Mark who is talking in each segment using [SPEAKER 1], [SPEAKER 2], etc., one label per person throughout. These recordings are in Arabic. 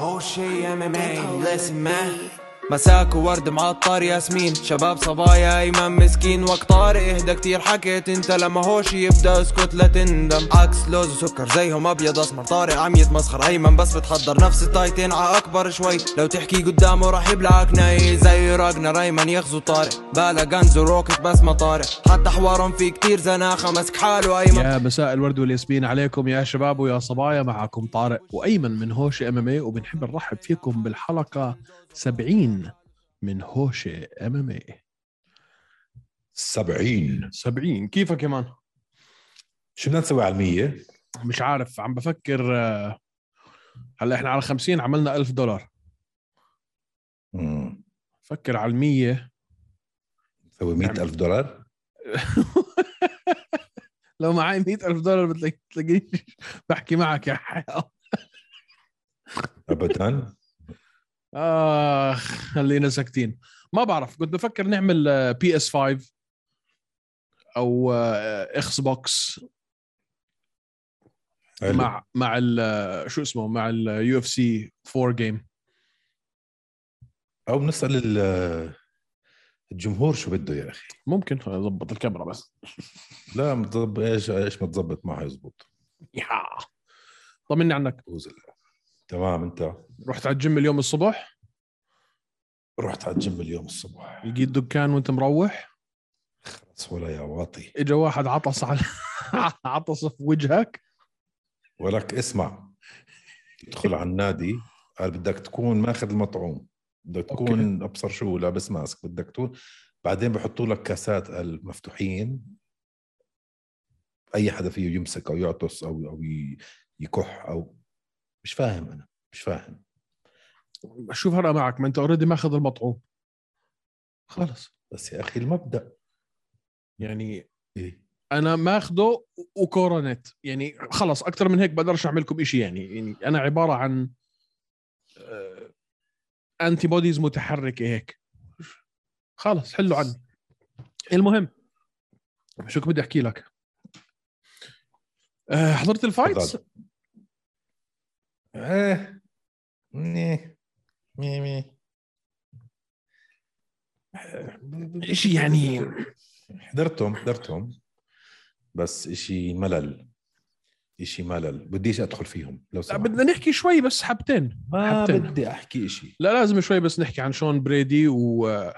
[SPEAKER 1] Oh, شي ام ام اي listen man مساك وورد معطر ياسمين شباب صبايا ايمن مسكين وقت طارق اهدى كتير حكيت انت لما هوش يبدا اسكت لا تندم عكس لوز وسكر زيهم ابيض اسمر طارق عم يتمسخر ايمن بس بتحضر نفس التايتين ع اكبر شوي لو تحكي قدامه راح يبلعك ناي زي راجنا ريمان يغزو طارق بالا غنز وروكت بس ما طارق حتى حوارهم في كتير زناخه مسك حاله ايمن
[SPEAKER 2] يا مساء الورد والياسمين عليكم يا شباب ويا صبايا معكم طارق وايمن من هوش ام ام اي وبنحب نرحب فيكم بالحلقه 70 من هوش إيه. ام ام اي
[SPEAKER 3] 70
[SPEAKER 2] 70 كيفك كمان
[SPEAKER 3] شو بدنا نسوي على المية؟
[SPEAKER 2] مش عارف عم بفكر آه، هلا احنا على 50 عملنا 1000 دولار
[SPEAKER 3] مم.
[SPEAKER 2] فكر على 100
[SPEAKER 3] نسوي 100 ألف دولار؟
[SPEAKER 2] لو معي 100000 دولار بتلاقي- بتلاقيني بحكي معك يا حياة
[SPEAKER 3] أبدا
[SPEAKER 2] اخ خلينا ساكتين ما بعرف كنت بفكر نعمل آه، بي اس 5 او اكس بوكس
[SPEAKER 3] حلو.
[SPEAKER 2] مع مع ال- شو اسمه مع اليو اف سي 4 جيم
[SPEAKER 3] أو بنسأل ال- الجمهور شو بده يا أخي
[SPEAKER 2] ممكن اضبط الكاميرا بس
[SPEAKER 3] لا متظبط ايش ايش ما تظبط معه يزبط
[SPEAKER 2] يا. طمني عنك
[SPEAKER 3] بوز ال- تمام انت
[SPEAKER 2] رحت على الجيم اليوم الصبح
[SPEAKER 3] رحت على الجيم اليوم الصبح
[SPEAKER 2] لقيت دكان وانت مروح
[SPEAKER 3] خلص ولا يا واطي
[SPEAKER 2] اجى واحد عطس على عطس في وجهك
[SPEAKER 3] ولك اسمع تدخل على النادي قال بدك تكون ماخذ المطعوم بدك تكون ابصر شو لابس ماسك بدك تكون بعدين بحطوا لك كاسات قال مفتوحين اي حدا فيه يمسك او يعطس او او ي- يكح او مش فاهم انا مش فاهم
[SPEAKER 2] شو فرق معك ما انت اوريدي ماخذ المطعوم خلص
[SPEAKER 3] بس يا اخي المبدا
[SPEAKER 2] يعني
[SPEAKER 3] ايه
[SPEAKER 2] انا ماخده وكورونيت يعني خلص اكثر من هيك بقدرش اعمل لكم شيء يعني يعني انا عباره عن انتي بوديز متحركه هيك خلص حلوا عني المهم شو كنت بدي احكي لك آه، حضرت الفايتس
[SPEAKER 3] تفضل.
[SPEAKER 2] آه،
[SPEAKER 3] ايه مي مي مي
[SPEAKER 2] شيء يعني
[SPEAKER 3] حضرتهم حضرتهم بس اشي ملل اشي ملل بديش ادخل فيهم لو
[SPEAKER 2] لا،
[SPEAKER 3] سمحت
[SPEAKER 2] بدنا نحكي شوي بس حبتين
[SPEAKER 3] ما
[SPEAKER 2] حبتين.
[SPEAKER 3] بدي احكي اشي
[SPEAKER 2] لا لازم شوي بس نحكي عن شون بريدي و آه،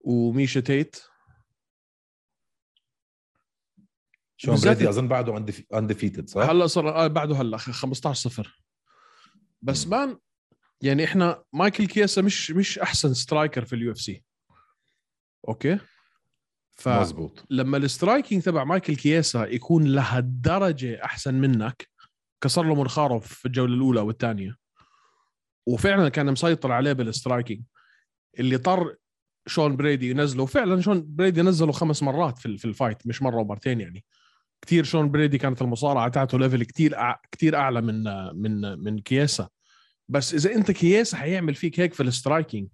[SPEAKER 2] وميشا تيت
[SPEAKER 3] شون
[SPEAKER 2] بالذات
[SPEAKER 3] بريدي اظن بعده اندفيتد صح؟
[SPEAKER 2] هلا صار آه بعده هلا خ- 15 صفر بس
[SPEAKER 3] مم.
[SPEAKER 2] مان يعني احنا مايكل كياسا مش مش احسن سترايكر في اليو اف سي اوكي فلما
[SPEAKER 3] مزبوط
[SPEAKER 2] السترايكينج تبع مايكل كياسا يكون لهالدرجه احسن منك كسر له منخاره في الجوله الاولى والثانيه وفعلا كان مسيطر عليه بالسترايكينج اللي طر شون بريدي ينزله وفعلا شون بريدي نزله خمس مرات في ال- في الفايت مش مره ومرتين يعني كثير شون بريدي كانت المصارعه تاعته ليفل كثير أع... كثير اعلى من من من كياسا بس اذا انت كياسا حيعمل فيك هيك في السترايكينج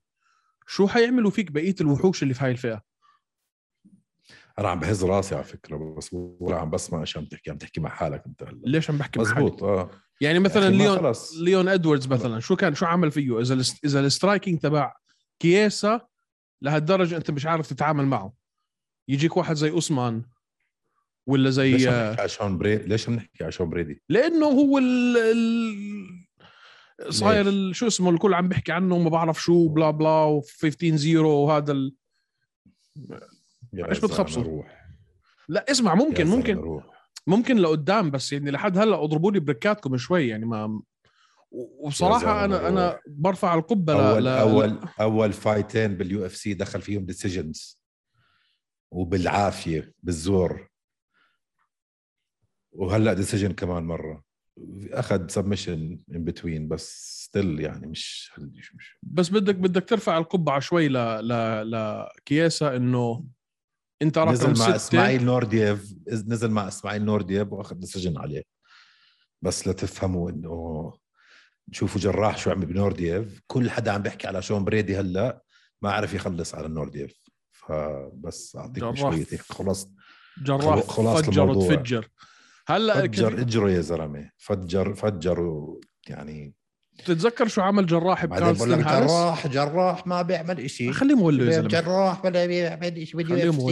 [SPEAKER 2] شو حيعملوا فيك بقيه الوحوش اللي في هاي الفئه
[SPEAKER 3] انا عم بهز راسي على فكره بس ولا عم بسمع ايش عم تحكي عم تحكي مع حالك انت هلا
[SPEAKER 2] ليش عم بحكي مع حالي؟
[SPEAKER 3] مزبوط اه
[SPEAKER 2] يعني مثلا
[SPEAKER 3] يا أخي ما
[SPEAKER 2] ليون
[SPEAKER 3] خلص
[SPEAKER 2] ليون ادواردز مثلا شو كان شو عمل فيه اذا الست- اذا السترايكينج تبع كياسا لهالدرجه انت مش عارف تتعامل معه يجيك واحد زي اوسمان ولا
[SPEAKER 3] ليش
[SPEAKER 2] زي
[SPEAKER 3] عم نحكي على شون بريدي ليش عم نحكي على شون بريدي؟
[SPEAKER 2] لانه هو ال ال صاير
[SPEAKER 3] ليش؟
[SPEAKER 2] ال- شو اسمه الكل عم بيحكي عنه وما بعرف شو بلا بلا و15 زيرو وهذا ال...
[SPEAKER 3] يا
[SPEAKER 2] إيش
[SPEAKER 3] زلمة
[SPEAKER 2] بتخبصوا؟
[SPEAKER 3] روح
[SPEAKER 2] لا اسمع ممكن
[SPEAKER 3] يا زلمة
[SPEAKER 2] ممكن
[SPEAKER 3] روح
[SPEAKER 2] ممكن لقدام بس يعني لحد هلا اضربوا لي بركاتكم شوي يعني ما و- وبصراحه
[SPEAKER 3] يا
[SPEAKER 2] انا
[SPEAKER 3] زلمة
[SPEAKER 2] انا برفع القبه
[SPEAKER 3] اول
[SPEAKER 2] لا
[SPEAKER 3] اول اول فايتين باليو اف سي دخل فيهم ديسيجنز وبالعافيه بالزور وهلا ديسيجن كمان مره اخذ سبمشن ان بتوين بس ستيل يعني مش مش, مش
[SPEAKER 2] بس بدك بدك ترفع القبعه شوي ل ل لكياسا انه انت رقم
[SPEAKER 3] نزل مع
[SPEAKER 2] ستة
[SPEAKER 3] اسماعيل نوردييف نزل مع اسماعيل نوردييف واخذ ديسيجن عليه بس لتفهموا انه شوفوا جراح شو عمل بنوردييف كل حدا عم بيحكي على شون بريدي هلا ما عرف يخلص على نوردييف فبس اعطيكم
[SPEAKER 2] جراح.
[SPEAKER 3] شويه هيك خلص
[SPEAKER 2] جراح
[SPEAKER 3] خلاص
[SPEAKER 2] فجر
[SPEAKER 3] الموضوع.
[SPEAKER 2] وتفجر هلا
[SPEAKER 3] فجر
[SPEAKER 2] كتير-
[SPEAKER 3] اجره يا زلمه فجر فجروا يعني
[SPEAKER 2] تتذكر شو عمل جراح
[SPEAKER 3] بعدين بقول لك
[SPEAKER 2] بكارلستون هاريس
[SPEAKER 3] جراح جراح ما بيعمل شيء
[SPEAKER 2] خليه مولو يا زلمه
[SPEAKER 3] جراح ولا بيعمل شيء
[SPEAKER 2] خليه
[SPEAKER 3] باليو اف سي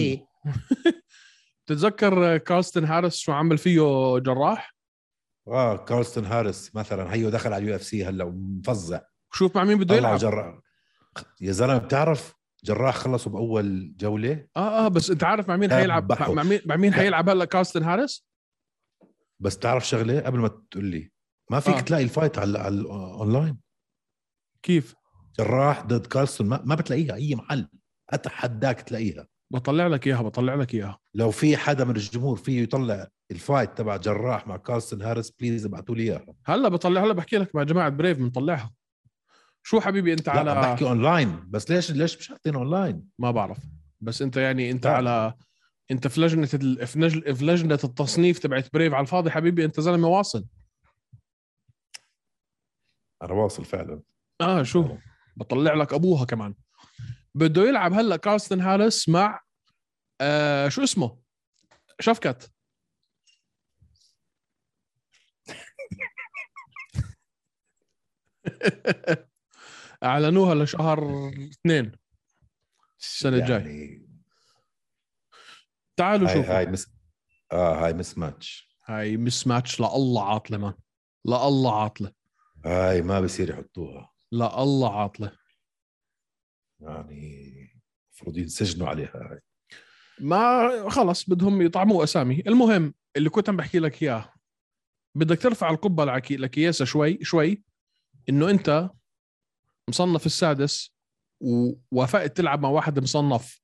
[SPEAKER 2] مولو. تتذكر كارلستون هاريس شو عمل فيه جراح
[SPEAKER 3] اه كارلستون هاريس مثلا هيو دخل على اليو اف سي هلا ومفزع
[SPEAKER 2] شوف مع مين بده
[SPEAKER 3] طلع
[SPEAKER 2] يلعب
[SPEAKER 3] جراح يا زلمه بتعرف جراح خلصوا باول جوله
[SPEAKER 2] اه اه بس انت عارف مع مين حيلعب
[SPEAKER 3] ذبحوا.
[SPEAKER 2] مع مين مع مين
[SPEAKER 3] لا.
[SPEAKER 2] حيلعب هلا كارلستون هاريس
[SPEAKER 3] بس تعرف شغله قبل ما تقول لي ما فيك
[SPEAKER 2] آه.
[SPEAKER 3] آه. تلاقي الفايت على على الاونلاين
[SPEAKER 2] كيف
[SPEAKER 3] جراح ضد كارلسون ما, ما بتلاقيها اي محل اتحداك تلاقيها
[SPEAKER 2] بطلع لك اياها بطلع لك اياها
[SPEAKER 3] لو في حدا من الجمهور فيه يطلع الفايت تبع جراح مع كارلسون هاريس بليز ابعتوا لي اياها
[SPEAKER 2] هلا بطلع هلا بحكي لك مع جماعه بريف بنطلعها شو حبيبي انت
[SPEAKER 3] لا
[SPEAKER 2] على
[SPEAKER 3] بحكي اونلاين بس ليش ليش مش حاطين اونلاين
[SPEAKER 2] ما بعرف بس انت يعني انت
[SPEAKER 3] لا.
[SPEAKER 2] على انت في لجنه ال... في, نجل... في لجنه التصنيف تبعت بريف على الفاضي حبيبي انت زلمه واصل
[SPEAKER 3] انا واصل فعلا
[SPEAKER 2] اه شو بطلع لك ابوها كمان بده يلعب هلا كارستن هاريس مع آه شو اسمه شفكت اعلنوها لشهر اثنين السنه الجايه يعني.
[SPEAKER 3] يعني
[SPEAKER 2] تعالوا
[SPEAKER 3] هاي
[SPEAKER 2] شوفوا
[SPEAKER 3] هاي مس اه هاي مس ماتش
[SPEAKER 2] هاي مس ماتش لله عاطله مان لله عاطله
[SPEAKER 3] هاي ما بصير يحطوها
[SPEAKER 2] لله عاطله
[SPEAKER 3] يعني المفروض ينسجنوا عليها هاي
[SPEAKER 2] ما خلص بدهم يطعموا اسامي المهم اللي كنت عم بحكي لك اياه بدك ترفع القبه لعكي- لكياسه شوي شوي انه انت مصنف السادس ووافقت تلعب مع واحد مصنف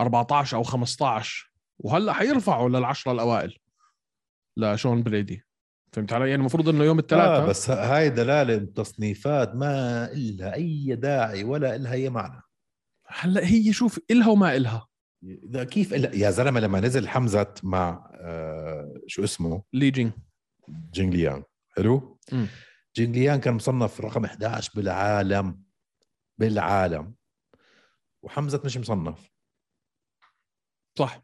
[SPEAKER 2] 14 او 15 وهلا حيرفعوا للعشره الاوائل لشون بريدي فهمت علي؟ يعني المفروض انه يوم الثلاثاء
[SPEAKER 3] آه بس ه- هاي دلاله تصنيفات ما إلها اي داعي ولا إلها اي معنى
[SPEAKER 2] هلا هي شوف الها وما الها
[SPEAKER 3] ده كيف إلا- يا زلمه لما نزل حمزه مع آه شو اسمه
[SPEAKER 2] ليجينج
[SPEAKER 3] جينغليان حلو
[SPEAKER 2] مم.
[SPEAKER 3] جينغليان كان مصنف رقم 11 بالعالم بالعالم وحمزه مش مصنف
[SPEAKER 2] صح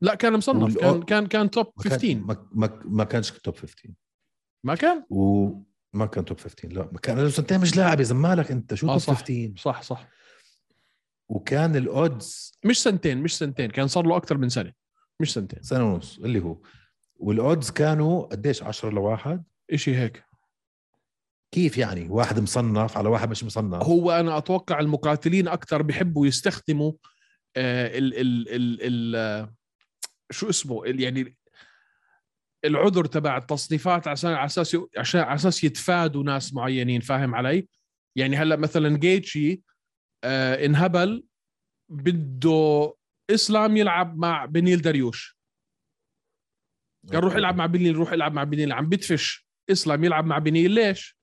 [SPEAKER 2] لا كان مصنف كان
[SPEAKER 3] والأو-
[SPEAKER 2] كان كان توب
[SPEAKER 3] نعم. ما كان-
[SPEAKER 2] 15
[SPEAKER 3] ما, ما, ما كانش توب 15
[SPEAKER 2] ما كان؟
[SPEAKER 3] وما كان توب 15 لا ما كان له سنتين مش لاعب يا زمالك انت شو
[SPEAKER 2] آه،
[SPEAKER 3] توب
[SPEAKER 2] صح.
[SPEAKER 3] 15
[SPEAKER 2] صح صح
[SPEAKER 3] وكان الاودز
[SPEAKER 2] مش سنتين مش سنتين كان صار له اكثر من سنه مش سنتين
[SPEAKER 3] سنه ونص اللي هو والاودز كانوا قديش 10 لواحد
[SPEAKER 2] إشي هيك
[SPEAKER 3] كيف يعني واحد مصنف على واحد مش مصنف
[SPEAKER 2] هو انا اتوقع المقاتلين اكثر بيحبوا يستخدموا آه ال ال ال ال آه، شو اسمه ال- يعني العذر تبع التصنيفات عشان على اساس ي- عشان على اساس يتفادوا ناس معينين فاهم علي؟ يعني هلا مثلا جيتشي آه انهبل بده اسلام يلعب مع بنيل داريوش
[SPEAKER 3] آه.
[SPEAKER 2] قال روح العب مع بنيل روح العب مع بنيل عم بدفش اسلام يلعب مع بنيل ليش؟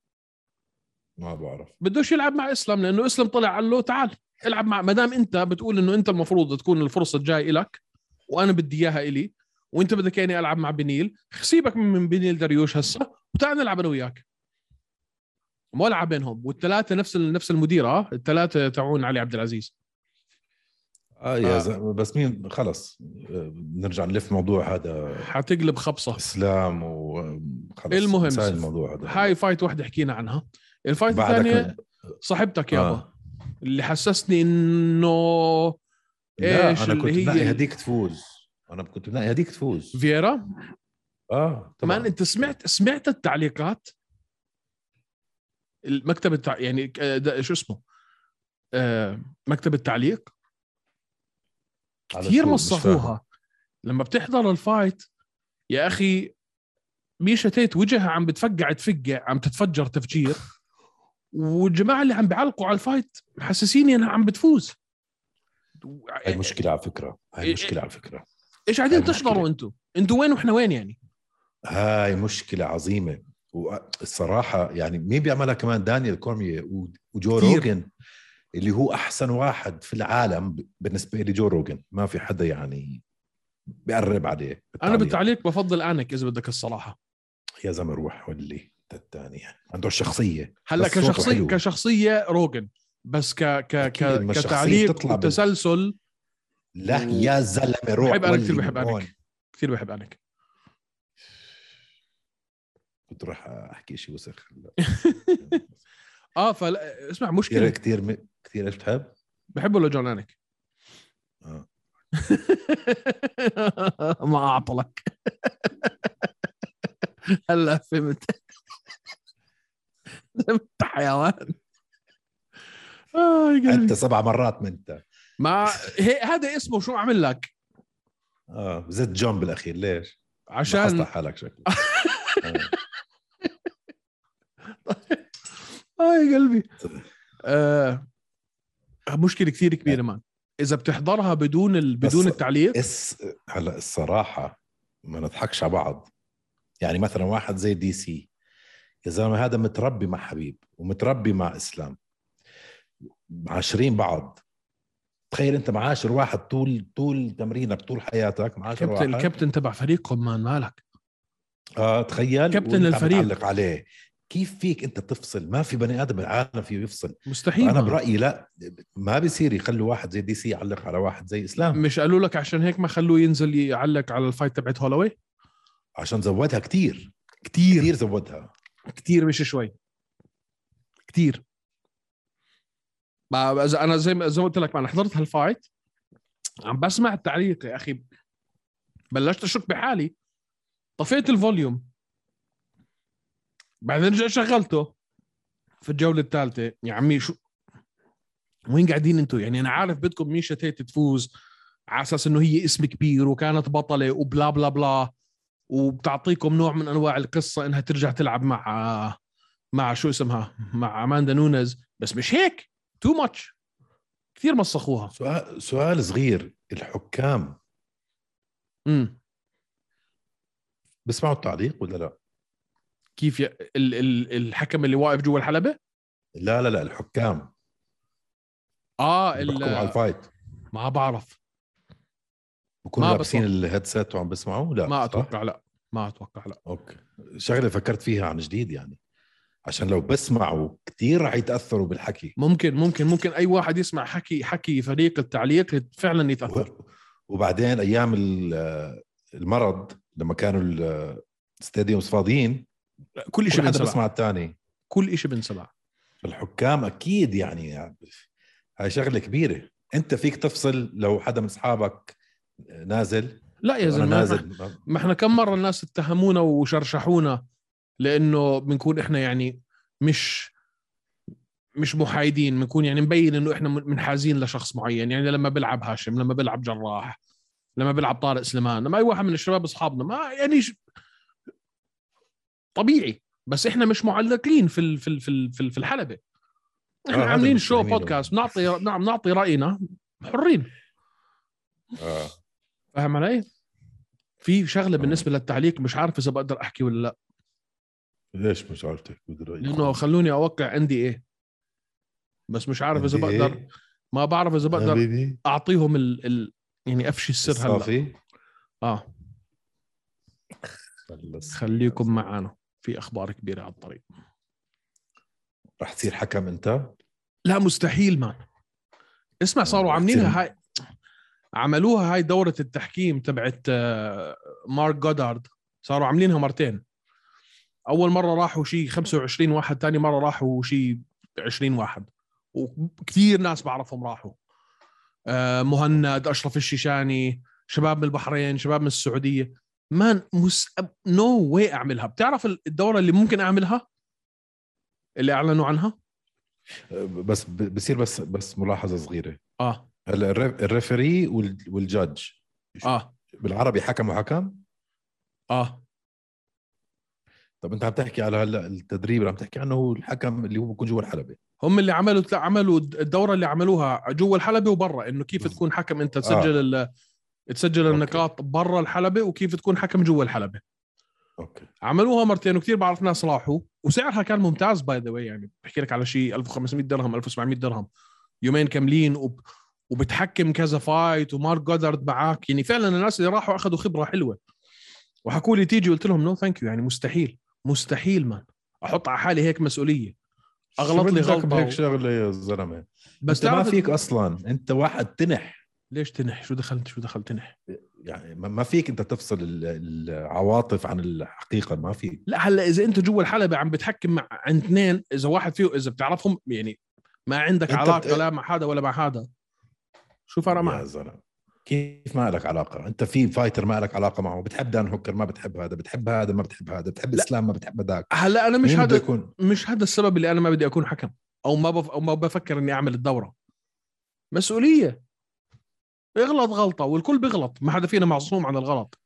[SPEAKER 3] ما بعرف
[SPEAKER 2] بدوش يلعب مع اسلام لانه اسلام طلع قال له تعال العب مع ما دام انت بتقول انه انت المفروض تكون الفرصه الجاي لك وانا بدي اياها الي وانت بدك يعني العب مع بنيل سيبك من- من بنيل دريوش هسه وتعال نلعب انا وياك مولعه بينهم والثلاثه نفس ال- نفس المديره الثلاثه تاعون علي عبد العزيز
[SPEAKER 3] اه
[SPEAKER 2] آه.
[SPEAKER 3] يا زلمه بس مين خلص آه، بنرجع نلف موضوع هذا
[SPEAKER 2] حتقلب خبصه
[SPEAKER 3] اسلام وخلص
[SPEAKER 2] المهم،
[SPEAKER 3] انسى
[SPEAKER 2] سف-
[SPEAKER 3] الموضوع هذا
[SPEAKER 2] هاي فايت واحده حكينا عنها الفايت
[SPEAKER 3] بعدك-
[SPEAKER 2] الثانيه صاحبتك يابا
[SPEAKER 3] آه.
[SPEAKER 2] اللي حسسني انه
[SPEAKER 3] لا
[SPEAKER 2] إيش
[SPEAKER 3] انا كنت
[SPEAKER 2] اللي هي
[SPEAKER 3] بنقي
[SPEAKER 2] ال-
[SPEAKER 3] هديك تفوز انا كنت بنقي هديك تفوز
[SPEAKER 2] فييرا
[SPEAKER 3] اه طبعا
[SPEAKER 2] مان انت سمعت سمعت التعليقات المكتب التع... يعني آه، ده شو اسمه آه، مكتب التعليق
[SPEAKER 3] على
[SPEAKER 2] كثير
[SPEAKER 3] طول، مش
[SPEAKER 2] مصحوها لما بتحضر الفايت يا اخي ميشا تيت وجهها عم بتفقع تفقع عم تتفجر تفجير والجماعه اللي عم بيعلقوا على الفايت محسسيني انها عم بتفوز
[SPEAKER 3] فاهم. هاي مشكله على فكره
[SPEAKER 2] إيه-
[SPEAKER 3] هاي مشكله على فكره
[SPEAKER 2] ايش قاعدين
[SPEAKER 3] هاي مشكلة.
[SPEAKER 2] تحضروا انتم انتم وين واحنا وين يعني
[SPEAKER 3] هاي مشكله عظيمه والصراحه يعني مين بيعملها كمان دانيال كورميه و- وجو
[SPEAKER 2] كتير.
[SPEAKER 3] روجن اللي هو احسن واحد في العالم ب- بالنسبه لي جو روجن ما في حدا يعني بيقرب عليه
[SPEAKER 2] انا
[SPEAKER 3] بالتعليق.
[SPEAKER 2] بالتعليق بفضل انك اذا بدك الصراحه
[SPEAKER 3] يا زلمه روح ولي الثاني عنده الشخصيه
[SPEAKER 2] هلا
[SPEAKER 3] بس صوته
[SPEAKER 2] كشخصيه
[SPEAKER 3] حلو.
[SPEAKER 2] كشخصيه روجن بس ك ك
[SPEAKER 3] أكيد،
[SPEAKER 2] ك
[SPEAKER 3] ما الشخصية
[SPEAKER 2] كتعليق
[SPEAKER 3] بتطلع بال-
[SPEAKER 2] وتسلسل
[SPEAKER 3] لا يا زلمه روح
[SPEAKER 2] بحب أنك
[SPEAKER 3] ولي
[SPEAKER 2] كثير بحب
[SPEAKER 3] من هون.
[SPEAKER 2] أنك. كثير بحب عنك
[SPEAKER 3] كنت راح احكي شيء وسخ
[SPEAKER 2] اه فلا اسمع
[SPEAKER 3] كثير
[SPEAKER 2] مشكله
[SPEAKER 3] كثير م- كثير ايش بتحب؟
[SPEAKER 2] بحبه لجون انك
[SPEAKER 3] آه.
[SPEAKER 2] ما اعطلك هلا فهمت انت حيوان آه يا قلبي.
[SPEAKER 3] انت سبع مرات منت
[SPEAKER 2] ما هي- هذا اسمه شو عمل لك
[SPEAKER 3] اه زدت جون بالاخير ليش؟
[SPEAKER 2] عشان
[SPEAKER 3] حصلح حالك شكلك آه.
[SPEAKER 2] اه يا قلبي آه مشكله كثير كبيره مان اذا بتحضرها بدون ال...
[SPEAKER 3] بس-
[SPEAKER 2] بدون التعليق
[SPEAKER 3] اس هلا الصراحه ما نضحكش على بعض يعني مثلا واحد زي دي سي يا زلمه هذا متربي مع حبيب ومتربي مع اسلام عاشرين بعض تخيل انت معاشر واحد طول طول تمرينك طول حياتك معاشر
[SPEAKER 2] كابتن
[SPEAKER 3] واحد
[SPEAKER 2] الكابتن تبع فريقهم مان مالك
[SPEAKER 3] اه تخيل
[SPEAKER 2] كابتن
[SPEAKER 3] وأنت
[SPEAKER 2] الفريق.
[SPEAKER 3] متعلق عليه كيف فيك انت تفصل ما في بني ادم بالعالم فيه يفصل
[SPEAKER 2] مستحيل
[SPEAKER 3] انا
[SPEAKER 2] مان.
[SPEAKER 3] برايي لا ما بيصير يخلوا واحد زي دي سي يعلق على واحد زي اسلام
[SPEAKER 2] مش قالوا لك عشان هيك ما خلوه ينزل يعلق على الفايت تبعت هولوي
[SPEAKER 3] عشان زودها كتير كتير كتير زودها
[SPEAKER 2] كتير مش شوي كتير ما اذا انا زي ما زي ما قلت لك ما انا حضرت هالفايت عم بسمع التعليق يا اخي بلشت اشك بحالي طفيت الفوليوم بعدين رجعت شغلته في الجوله الثالثه يا عمي شو وين قاعدين انتم يعني انا عارف بدكم ميشا تيت تفوز على اساس انه هي اسم كبير وكانت بطله وبلا بلا بلا وبتعطيكم نوع من انواع القصه انها ترجع تلعب مع مع شو اسمها مع اماندا نونز بس مش هيك تو ماتش كثير مسخوها
[SPEAKER 3] سؤال سؤال صغير الحكام
[SPEAKER 2] امم
[SPEAKER 3] بيسمعوا التعليق ولا لا؟
[SPEAKER 2] كيف ي... ال... ال... الحكم اللي واقف جوا الحلبه
[SPEAKER 3] لا لا لا الحكام
[SPEAKER 2] اه
[SPEAKER 3] بيحكموا على
[SPEAKER 2] ال...
[SPEAKER 3] الفايت
[SPEAKER 2] ما بعرف
[SPEAKER 3] بكونوا
[SPEAKER 2] ما
[SPEAKER 3] لابسين الهيدسيت وعم بيسمعوا لا
[SPEAKER 2] ما
[SPEAKER 3] صح؟
[SPEAKER 2] اتوقع لا ما اتوقع لا
[SPEAKER 3] اوكي شغله فكرت فيها عن جديد يعني عشان لو بسمعوا كثير رح يتاثروا بالحكي
[SPEAKER 2] ممكن ممكن ممكن اي واحد يسمع حكي حكي فريق التعليق فعلا يتاثر
[SPEAKER 3] و- وبعدين ايام ال- المرض لما كانوا ال- الستاديومز فاضيين
[SPEAKER 2] كل
[SPEAKER 3] كل
[SPEAKER 2] شيء
[SPEAKER 3] حدا
[SPEAKER 2] بنسبع
[SPEAKER 3] بسمع الثاني
[SPEAKER 2] كل شيء بنسبع
[SPEAKER 3] الحكام اكيد يعني, يعني هاي شغله كبيره انت فيك تفصل لو حدا من اصحابك نازل
[SPEAKER 2] لا يا
[SPEAKER 3] انا
[SPEAKER 2] زلمه ما-
[SPEAKER 3] نازل ما-
[SPEAKER 2] ما احنا كم مره الناس اتهمونا وشرشحونا لانه بنكون احنا يعني مش مش محايدين بنكون يعني مبين انه احنا منحازين لشخص معين يعني لما بلعب هاشم لما بلعب جراح لما بلعب طارق سليمان لما اي واحد من الشباب اصحابنا ما يعني ش... طبيعي بس احنا مش معلقين في ال- في ال- في ال- في ال- في الحلبه
[SPEAKER 3] آه،
[SPEAKER 2] احنا
[SPEAKER 3] هذا
[SPEAKER 2] عاملين
[SPEAKER 3] مش
[SPEAKER 2] شو
[SPEAKER 3] فاهمينه.
[SPEAKER 2] بودكاست بنعطي نعم نعطي راينا حرين
[SPEAKER 3] آه.
[SPEAKER 2] فاهم علي؟ في شغله بالنسبه للتعليق مش عارف اذا بقدر احكي ولا لا
[SPEAKER 3] ليش مش عارف تحكي
[SPEAKER 2] لانه خلوني اوقع ان دي ايه بس مش عارف اذا
[SPEAKER 3] إيه؟
[SPEAKER 2] بقدر ما بعرف اذا بقدر
[SPEAKER 3] حبيبي
[SPEAKER 2] اعطيهم ال, ال... يعني افشي السر هلا
[SPEAKER 3] صافي
[SPEAKER 2] اه خليكم معنا في اخبار كبيره على الطريق
[SPEAKER 3] رح تصير حكم انت
[SPEAKER 2] لا مستحيل مان اسمع صاروا
[SPEAKER 3] آه،
[SPEAKER 2] عاملينها
[SPEAKER 3] كتير.
[SPEAKER 2] هاي عملوها هاي دورة التحكيم تبعت آه، مارك جودارد صاروا عاملينها مرتين أول مرة راحوا شيء 25 واحد ثاني مرة راحوا شيء 20 واحد وكثير ناس بعرفهم راحوا آه، مهند أشرف الشيشاني شباب من البحرين شباب من السعودية مان مس نو واي أعملها بتعرف الدورة اللي ممكن أعملها اللي أعلنوا عنها
[SPEAKER 3] بس ب- بصير بس بس ملاحظه صغيره
[SPEAKER 2] آه
[SPEAKER 3] هلا الريف- الريفري وال- والجادج
[SPEAKER 2] آه
[SPEAKER 3] بالعربي حكم وحكم
[SPEAKER 2] آه
[SPEAKER 3] طب انت عم تحكي على هلا التدريب اللي عم تحكي عنه هو الحكم اللي هو بيكون جوا الحلبه
[SPEAKER 2] هم اللي عملوا تلا- عملوا الدوره اللي عملوها جوا الحلبه وبرا انه كيف تكون حكم انت تسجل آه. تسجل
[SPEAKER 3] نعم. أوكي.
[SPEAKER 2] النقاط برا الحلبه وكيف تكون حكم جوا الحلبه
[SPEAKER 3] اوكي
[SPEAKER 2] عملوها مرتين وكثير بعرف ناس راحوا وسعرها كان ممتاز باي ذا واي يعني بحكي لك على شيء 1500 درهم 1700 درهم يومين كاملين وب... وبتحكم كذا فايت ومارك جودارد معاك يعني فعلا الناس اللي راحوا اخذوا خبره حلوه وحكوا لي تيجي قلت لهم نو ثانك يو يعني مستحيل مستحيل مان احط على حالي هيك مسؤوليه أغلط
[SPEAKER 3] شو
[SPEAKER 2] لي
[SPEAKER 3] بدك
[SPEAKER 2] غلطة
[SPEAKER 3] بهيك
[SPEAKER 2] و-
[SPEAKER 3] شغله يا زلمه
[SPEAKER 2] بس
[SPEAKER 3] انت ما
[SPEAKER 2] تعرف
[SPEAKER 3] فيك اصلا انت واحد تنح
[SPEAKER 2] ليش تنح شو دخلت شو دخلت تنح
[SPEAKER 3] يعني ما ما فيك انت تفصل ال- العواطف عن الحقيقه ما في
[SPEAKER 2] لا هلا اذا انت جوا الحلبه عم بتحكم مع عن اثنين اذا واحد فيه اذا بتعرفهم يعني ما عندك
[SPEAKER 3] أنت
[SPEAKER 2] علاقه
[SPEAKER 3] بت-
[SPEAKER 2] لا مع حدا ولا مع حدا شو فرق معك
[SPEAKER 3] يا زلمه كيف ما لك علاقه انت في فايتر ما لك علاقه معه بتحب دان هوكر ما بتحب هذا بتحب هذا ما بتحب هذا بتحب اسلام ما بتحب هذاك
[SPEAKER 2] هلا انا مش
[SPEAKER 3] مين بده
[SPEAKER 2] هذا
[SPEAKER 3] يكون
[SPEAKER 2] مش هذا السبب اللي انا ما بدي اكون حكم او ما بف... او ما بفكر اني اعمل الدوره مسؤوليه اغلط غلطه والكل بيغلط ما حدا فينا معصوم عن الغلط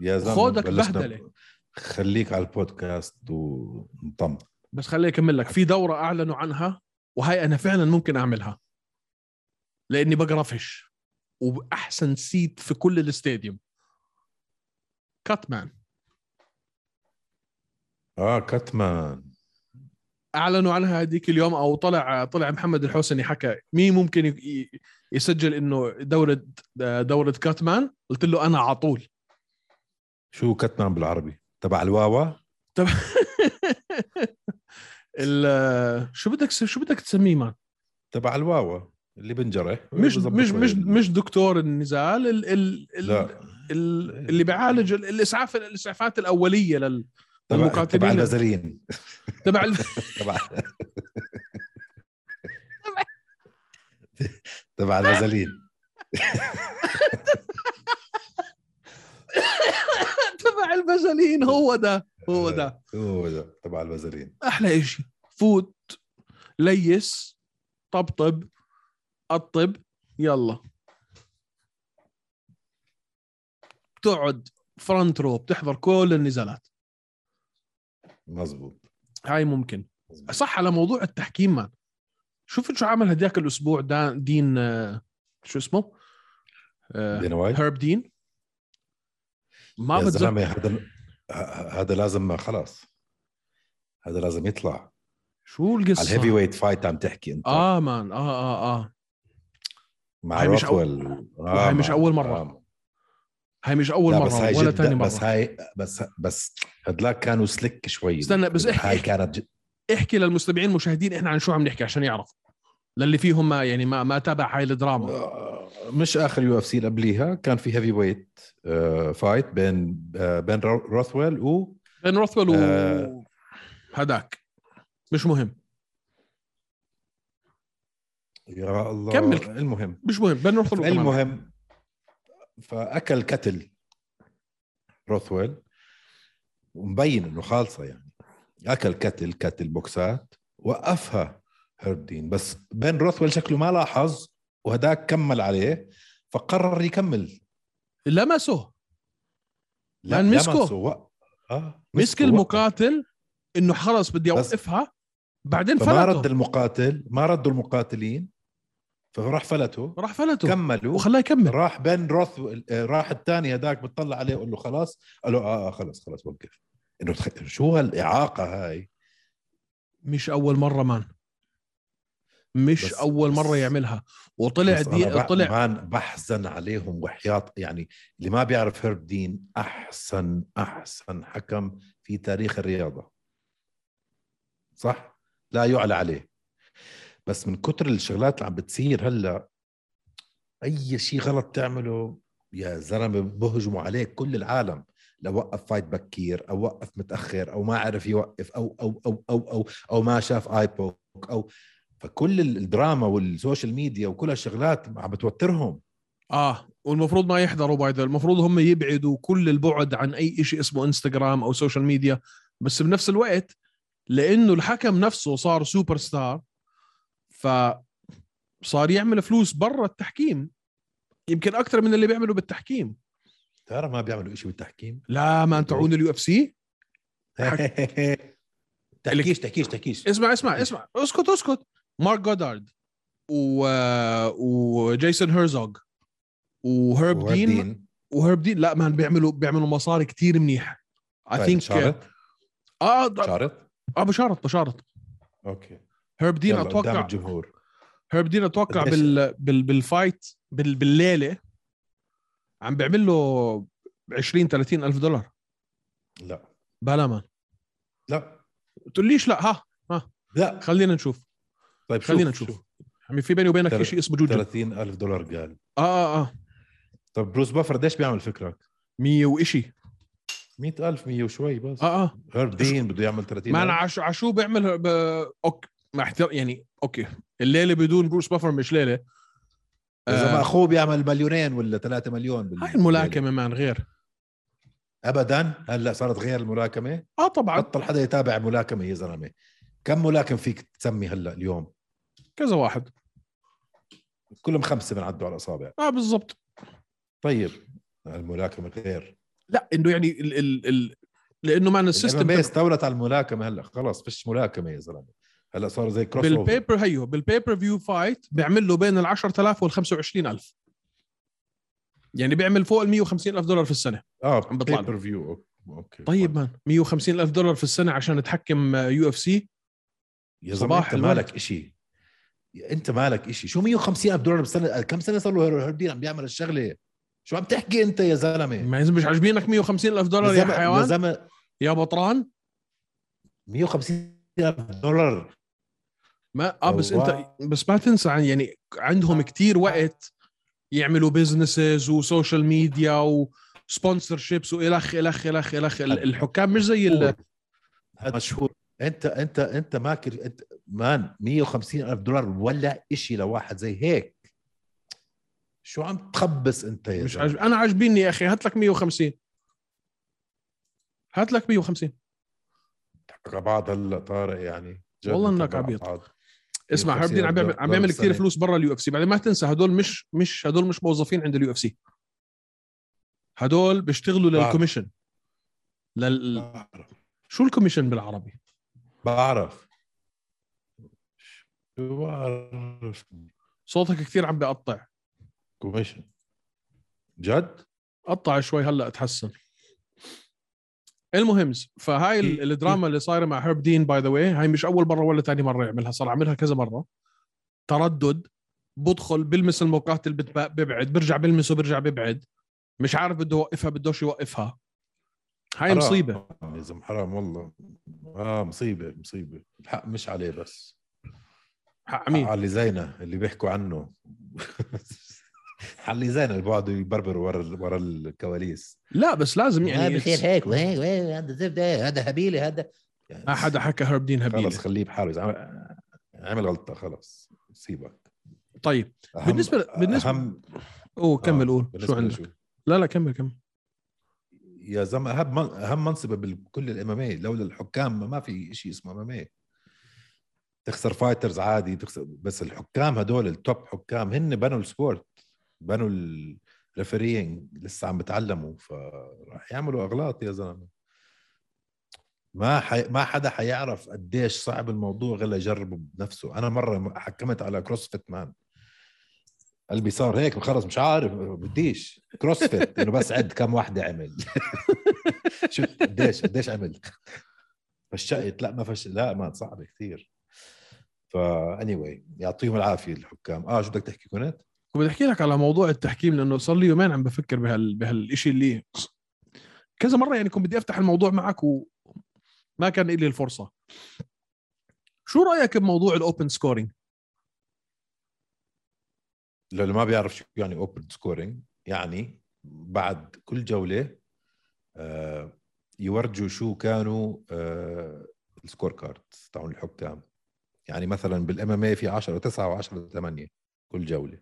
[SPEAKER 3] يا زلمه
[SPEAKER 2] خودك
[SPEAKER 3] بلشنا-
[SPEAKER 2] بهدلة.
[SPEAKER 3] خليك على البودكاست ونطم
[SPEAKER 2] بس خليني اكمل لك في دوره اعلنوا عنها وهي انا فعلا ممكن اعملها لاني بقرفش وباحسن سيت في كل الاستاديوم كاتمان
[SPEAKER 3] اه كاتمان
[SPEAKER 2] اعلنوا عنها هذيك اليوم او طلع طلع محمد الحسني حكى مين ممكن ي- ي- يسجل انه دوره دوره كاتمان قلت له انا على طول
[SPEAKER 3] شو كاتمان بالعربي تبع الواوا
[SPEAKER 2] ال- شو بدك شو بدك تسميه مان
[SPEAKER 3] تبع الواوا اللي بنجره
[SPEAKER 2] مش
[SPEAKER 3] بزبط
[SPEAKER 2] مش مش
[SPEAKER 3] ال-
[SPEAKER 2] مش دكتور النزال ال ال ال
[SPEAKER 3] لا
[SPEAKER 2] ال اللي بيعالج ال- الاسعاف الاسعافات الاوليه لل
[SPEAKER 3] تبع
[SPEAKER 2] المقاتلين.
[SPEAKER 3] تبع البازلين
[SPEAKER 2] تبع ال-
[SPEAKER 3] تبع تبع البازلين
[SPEAKER 2] تبع البازلين هو ده هو ده
[SPEAKER 3] هو ده تبع البازلين
[SPEAKER 2] احلى إشي فوت ليس طبطب الطب يلا بتقعد فرونت رو بتحضر كل النزالات
[SPEAKER 3] مزبوط
[SPEAKER 2] هاي ممكن
[SPEAKER 3] مزبوط.
[SPEAKER 2] صح على موضوع التحكيم مان شفت شو عمل هداك الاسبوع دا دين آه، شو اسمه آه،
[SPEAKER 3] دينا وايت
[SPEAKER 2] هيرب دين ما
[SPEAKER 3] يا
[SPEAKER 2] بتذكر
[SPEAKER 3] زلمه هذا ه- هذا لازم خلاص هذا لازم يطلع
[SPEAKER 2] شو
[SPEAKER 3] على الهيفي
[SPEAKER 2] القصه
[SPEAKER 3] ويت فايت عم تحكي انت
[SPEAKER 2] اه مان اه اه اه
[SPEAKER 3] مع
[SPEAKER 2] هاي مش أول-
[SPEAKER 3] روثويل.
[SPEAKER 2] وهاي مش
[SPEAKER 3] مع-
[SPEAKER 2] أول مرة.
[SPEAKER 3] آه.
[SPEAKER 2] هاي مش اول
[SPEAKER 3] لا بس
[SPEAKER 2] مره
[SPEAKER 3] هاي
[SPEAKER 2] ولا
[SPEAKER 3] جد-
[SPEAKER 2] ثاني مره
[SPEAKER 3] بس هاي بس بس هدلاك كانوا سلك شوي
[SPEAKER 2] استنى، بس احكي-
[SPEAKER 3] هاي كانت جد
[SPEAKER 2] احكي للمستمعين المشاهدين احنا عن شو عم نحكي عشان يعرفوا للي فيهم ما يعني ما ما تابع هاي
[SPEAKER 3] آه.
[SPEAKER 2] الدراما
[SPEAKER 3] مش اخر يو اف سي اللي قبليها كان في هيفي ويت آه، فايت بين آه، بين رو- روثويل و
[SPEAKER 2] بين روثويل و
[SPEAKER 3] آه.
[SPEAKER 2] هداك مش مهم
[SPEAKER 3] يا الله
[SPEAKER 2] كمل.
[SPEAKER 3] المهم
[SPEAKER 2] مش مهم بين روثويل وكمان.
[SPEAKER 3] المهم فاكل كتل روثويل ومبين انه خالصه يعني اكل كتل كتل بوكسات وقفها هردين بس بين روثويل شكله ما لاحظ وهداك كمل عليه فقرر يكمل
[SPEAKER 2] لمسه
[SPEAKER 3] لا
[SPEAKER 2] لأن
[SPEAKER 3] لا
[SPEAKER 2] مسكه.
[SPEAKER 3] منسو، وق- اه
[SPEAKER 2] مسك
[SPEAKER 3] مسكه، وقف.
[SPEAKER 2] المقاتل انه خلص بدي
[SPEAKER 3] بس-
[SPEAKER 2] اوقفها بعدين
[SPEAKER 3] فما رد
[SPEAKER 2] فلته
[SPEAKER 3] المقاتل ما ردوا المقاتلين فراح فلته
[SPEAKER 2] راح فلته
[SPEAKER 3] كملوا
[SPEAKER 2] وخلاه يكمل
[SPEAKER 3] راح بن روث راح الثاني هذاك بتطلع عليه قال له خلاص قال له اه, آه خلاص خلاص وقف انه تخ... شو هالاعاقه هاي
[SPEAKER 2] مش اول مره مان مش
[SPEAKER 3] بس-
[SPEAKER 2] اول
[SPEAKER 3] بس-
[SPEAKER 2] مره يعملها وطلع
[SPEAKER 3] بس
[SPEAKER 2] دي
[SPEAKER 3] أنا بح-
[SPEAKER 2] طلع
[SPEAKER 3] مان بحزن عليهم وحياط يعني اللي ما بيعرف هرب دين احسن احسن حكم في تاريخ الرياضه صح لا يعلى عليه بس من كتر الشغلات اللي عم بتصير هلا اي شيء غلط تعمله يا زلمه بهجموا عليك كل العالم لو وقف فايت بكير او وقف متاخر او ما عرف يوقف او او او او او او ما شاف اي بوك او فكل الدراما والسوشيال ميديا وكل هالشغلات عم بتوترهم
[SPEAKER 2] اه والمفروض ما يحضروا باي ذا- المفروض هم يبعدوا كل البعد عن اي شيء اسمه انستغرام او سوشيال ميديا بس بنفس الوقت لانه الحكم نفسه صار سوبر ستار ف صار يعمل فلوس برا التحكيم يمكن اكثر من اللي بيعملوا بالتحكيم
[SPEAKER 3] ترى ما بيعملوا شيء بالتحكيم
[SPEAKER 2] لا ما تعون اليو اف سي
[SPEAKER 3] تحكيش تحكيش تحكيش
[SPEAKER 2] اسمع اسمع اسمع اسكت اسكت مارك جودارد و وجيسون هيرزوغ وهرب دين وهرب دين لا مان بيعملوا بيعملوا مصاري كتير منيح
[SPEAKER 3] طيب،
[SPEAKER 2] اي ثينك اه
[SPEAKER 3] شارط
[SPEAKER 2] اه
[SPEAKER 3] شارط
[SPEAKER 2] آه، بشارط بشارط
[SPEAKER 3] اوكي
[SPEAKER 2] هرب دين
[SPEAKER 3] يلا، قدام
[SPEAKER 2] اتوقع
[SPEAKER 3] الجمهور
[SPEAKER 2] هرب دين اتوقع
[SPEAKER 3] قديش؟
[SPEAKER 2] بال بال بالفايت بال بالليله عم بيعمل له 20 30 الف دولار
[SPEAKER 3] لا
[SPEAKER 2] بلا مان
[SPEAKER 3] لا
[SPEAKER 2] تقوليش لا ها
[SPEAKER 3] لا
[SPEAKER 2] خلينا نشوف
[SPEAKER 3] طيب شوف
[SPEAKER 2] خلينا نشوف.
[SPEAKER 3] شوف.
[SPEAKER 2] عمي في بيني وبينك
[SPEAKER 3] ترى-
[SPEAKER 2] شيء اسمه جوجو
[SPEAKER 3] 30 ألف دولار قال
[SPEAKER 2] اه اه اه
[SPEAKER 3] طب بروس بافرد ايش بيعمل فكرك؟
[SPEAKER 2] 100 وإشي
[SPEAKER 3] 100 ألف 100 وشوي بس
[SPEAKER 2] اه اه
[SPEAKER 3] هيرب دين بده يعمل 30
[SPEAKER 2] ما انا
[SPEAKER 3] ألف.
[SPEAKER 2] عشو, عشو بيعمل ب... اوكي مع احتر... يعني اوكي الليله بدون بروس بافر مش ليله
[SPEAKER 3] اذا ما
[SPEAKER 2] آه
[SPEAKER 3] اخوه بيعمل مليونين ولا 3 مليون بال-
[SPEAKER 2] هاي الملاكمه مان غير
[SPEAKER 3] ابدا هلا صارت غير الملاكمه
[SPEAKER 2] اه طبعا
[SPEAKER 3] بطل حدا يتابع ملاكمه يا زلمه كم ملاكم فيك تسمي هلا اليوم
[SPEAKER 2] كذا واحد
[SPEAKER 3] كلهم خمسه بنعدوا على الاصابع
[SPEAKER 2] اه بالضبط
[SPEAKER 3] طيب الملاكمه غير
[SPEAKER 2] لا انه يعني ال... ال... ال... لانه مان
[SPEAKER 3] السيستم
[SPEAKER 2] السيستم
[SPEAKER 3] استولت على الملاكمه هلا خلص فيش ملاكمه يا زلمه هلا صار زي كروس اوفر
[SPEAKER 2] بالبيبر هيو بالبيبر فيو فايت بيعمل له بين ال 10000 وال 25000 يعني بيعمل فوق ال 150000 دولار في السنه
[SPEAKER 3] اه
[SPEAKER 2] عم بطلع له.
[SPEAKER 3] بيبر فيو اوكي
[SPEAKER 2] طيب مان 150000 دولار في السنه عشان تحكم يو اف سي
[SPEAKER 3] يا زلمه
[SPEAKER 2] صباح
[SPEAKER 3] انت
[SPEAKER 2] الورد.
[SPEAKER 3] مالك شيء انت مالك شيء شو 150 الف دولار بالسنه كم سنه صار له هيربين عم بيعمل الشغله شو عم تحكي انت يا زلمه
[SPEAKER 2] ما إذا مش عاجبينك 150000 دولار يا
[SPEAKER 3] زلمة-
[SPEAKER 2] حيوان
[SPEAKER 3] زلمه
[SPEAKER 2] يا بطران
[SPEAKER 3] 150 الف دولار
[SPEAKER 2] ما اه بس انت
[SPEAKER 3] الله.
[SPEAKER 2] بس ما تنسى عن- يعني عندهم كتير وقت يعملوا بزنسز وسوشيال ميديا وسبونسر شيبس والخ الخ الخ الخ ال- الحكام مش زي ال-
[SPEAKER 3] هذا مشهور انت انت انت ماكر انت مان 150 الف دولار ولا شيء لواحد زي هيك شو عم تخبص انت يا
[SPEAKER 2] مش
[SPEAKER 3] زلمه
[SPEAKER 2] عجب... انا عاجبيني يا اخي هات لك عجب... 150 هات لك 150
[SPEAKER 3] على بعض هلا طارق يعني جد
[SPEAKER 2] والله إنك
[SPEAKER 3] بنضحك على
[SPEAKER 2] عبيط.
[SPEAKER 3] بعض.
[SPEAKER 2] اسمع
[SPEAKER 3] 150
[SPEAKER 2] هارب دين عم بيعمل عم بيعمل كثير
[SPEAKER 3] بالسنة.
[SPEAKER 2] فلوس برا اليو اف سي بعدين ما تنسى هدول مش مش هدول مش موظفين عند اليو اف سي هدول بيشتغلوا
[SPEAKER 3] بعرف.
[SPEAKER 2] للكوميشن لل
[SPEAKER 3] بعرف-
[SPEAKER 2] شو الكوميشن بالعربي؟
[SPEAKER 3] بعرف شو بعرف
[SPEAKER 2] صوتك كثير عم بقطع
[SPEAKER 3] كوميشن جد؟
[SPEAKER 2] قطع شوي هلا اتحسن المهم فهاي ال- الدراما اللي صايره مع هيرب دين باي ذا واي هاي مش اول مره ولا ثاني مره يعملها صار عاملها كذا مره تردد بدخل بلمس المقاتل بتب- ببعد برجع بلمسه برجع ببعد مش عارف بده يوقفها بدوش يوقفها هاي
[SPEAKER 3] حرام.
[SPEAKER 2] مصيبه
[SPEAKER 3] يا زلمه حرام والله اه مصيبه مصيبه الحق مش عليه بس
[SPEAKER 2] حق
[SPEAKER 3] حق
[SPEAKER 2] مين
[SPEAKER 3] علي زينة اللي بيحكوا عنه علي زينة اللي بيقعدوا يبربروا ورا ال- ورا الكواليس
[SPEAKER 2] لا بس لازم يعني
[SPEAKER 3] هيك وهيك وهيك هذا زبده هذا هبيله هذا
[SPEAKER 2] ما حدا حكى هيرب دين
[SPEAKER 3] يعني خلص
[SPEAKER 2] هبيل
[SPEAKER 3] خليه بحاله إذا عمل- عمل غلطه خلص سيبك
[SPEAKER 2] طيب
[SPEAKER 3] أهم
[SPEAKER 2] بالنسبة ل- بالنسبة-
[SPEAKER 3] أهم
[SPEAKER 2] اوه كمل
[SPEAKER 3] آه،
[SPEAKER 2] قول شو
[SPEAKER 3] بالنسبة
[SPEAKER 2] عندك لا لا كمل كمل
[SPEAKER 3] يا زلمه اهم من- اهم منصبه بكل الامامية إيه، لولا الحكام ما في شيء اسمه امامية تخسر فايترز عادي تخسر بس الحكام هدول التوب حكام هن بنوا السبورت بنوا الريفرينج لسه عم بتعلموا فراح يعملوا اغلاط يا زلمه ما حي... ما حدا حيعرف قديش صعب الموضوع غير يجربه بنفسه انا مره حكمت على كروسفيت مان قلبي صار هيك خلص مش عارف بديش كروسفيت انه بس عد كم واحده عمل شو قديش قديش عمل فشقت لا ما فش لا ما صعب كثير فا اني anyway, يعطيهم العافيه الحكام اه شو بدك تحكي كنت؟
[SPEAKER 2] كنت بدي احكي لك على موضوع التحكيم لانه صار لي يومين عم بفكر بهال بهالشيء اللي كذا مره يعني كنت بدي افتح الموضوع معك وما كان لي الفرصه شو رايك بموضوع الاوبن سكورينج
[SPEAKER 3] للي ما بيعرف شو يعني اوبن سكورينج يعني بعد كل جوله آه يورجوا شو كانوا آه السكور كارد تاعون الحكام يعني مثلا بالام ام في 10 9 و10 8 كل جوله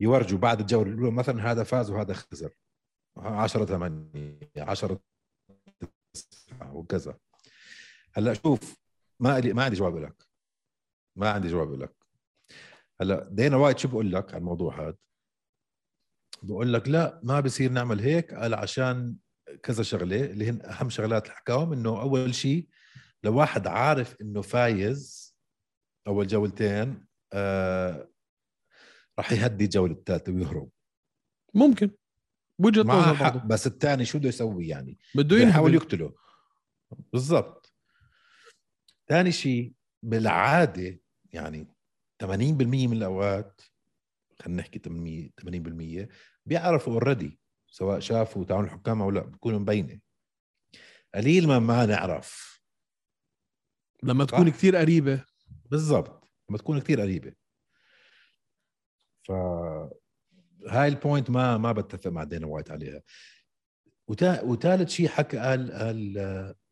[SPEAKER 3] يورجوا بعد الجوله الاولى مثلا هذا فاز وهذا خسر 10 8 10 9 وكذا هلا شوف ما لي ما عندي جواب لك ما عندي جواب لك هلا دينا وايت شو بقول لك على الموضوع هذا بقول لك لا ما بصير نعمل هيك قال عشان كذا شغله اللي هن اهم شغلات اللي حكاهم انه اول شيء لو واحد عارف انه فايز اول جولتين آه راح يهدي الجوله الثالثه ويهرب
[SPEAKER 2] ممكن وجهه
[SPEAKER 3] معه
[SPEAKER 2] نظر
[SPEAKER 3] حق
[SPEAKER 2] برضه
[SPEAKER 3] بس الثاني شو بده يسوي يعني
[SPEAKER 2] بده
[SPEAKER 3] بده يحاول
[SPEAKER 2] ينحاول
[SPEAKER 3] يقتله بالضبط ثاني شيء بالعاده يعني 80% من الاوقات خلينا نحكي 80% 80% بيعرفوا اوريدي سواء شافوا تعاون الحكام او لا بتكون مبينه قليل ما ما نعرف
[SPEAKER 2] لما تكون
[SPEAKER 3] صح.
[SPEAKER 2] كثير قريبه
[SPEAKER 3] بالضبط لما تكون كثير قريبه ف هاي البوينت ما ما بتفق مع دينا وايت عليها وتا... وثالث شيء حكى قال, قال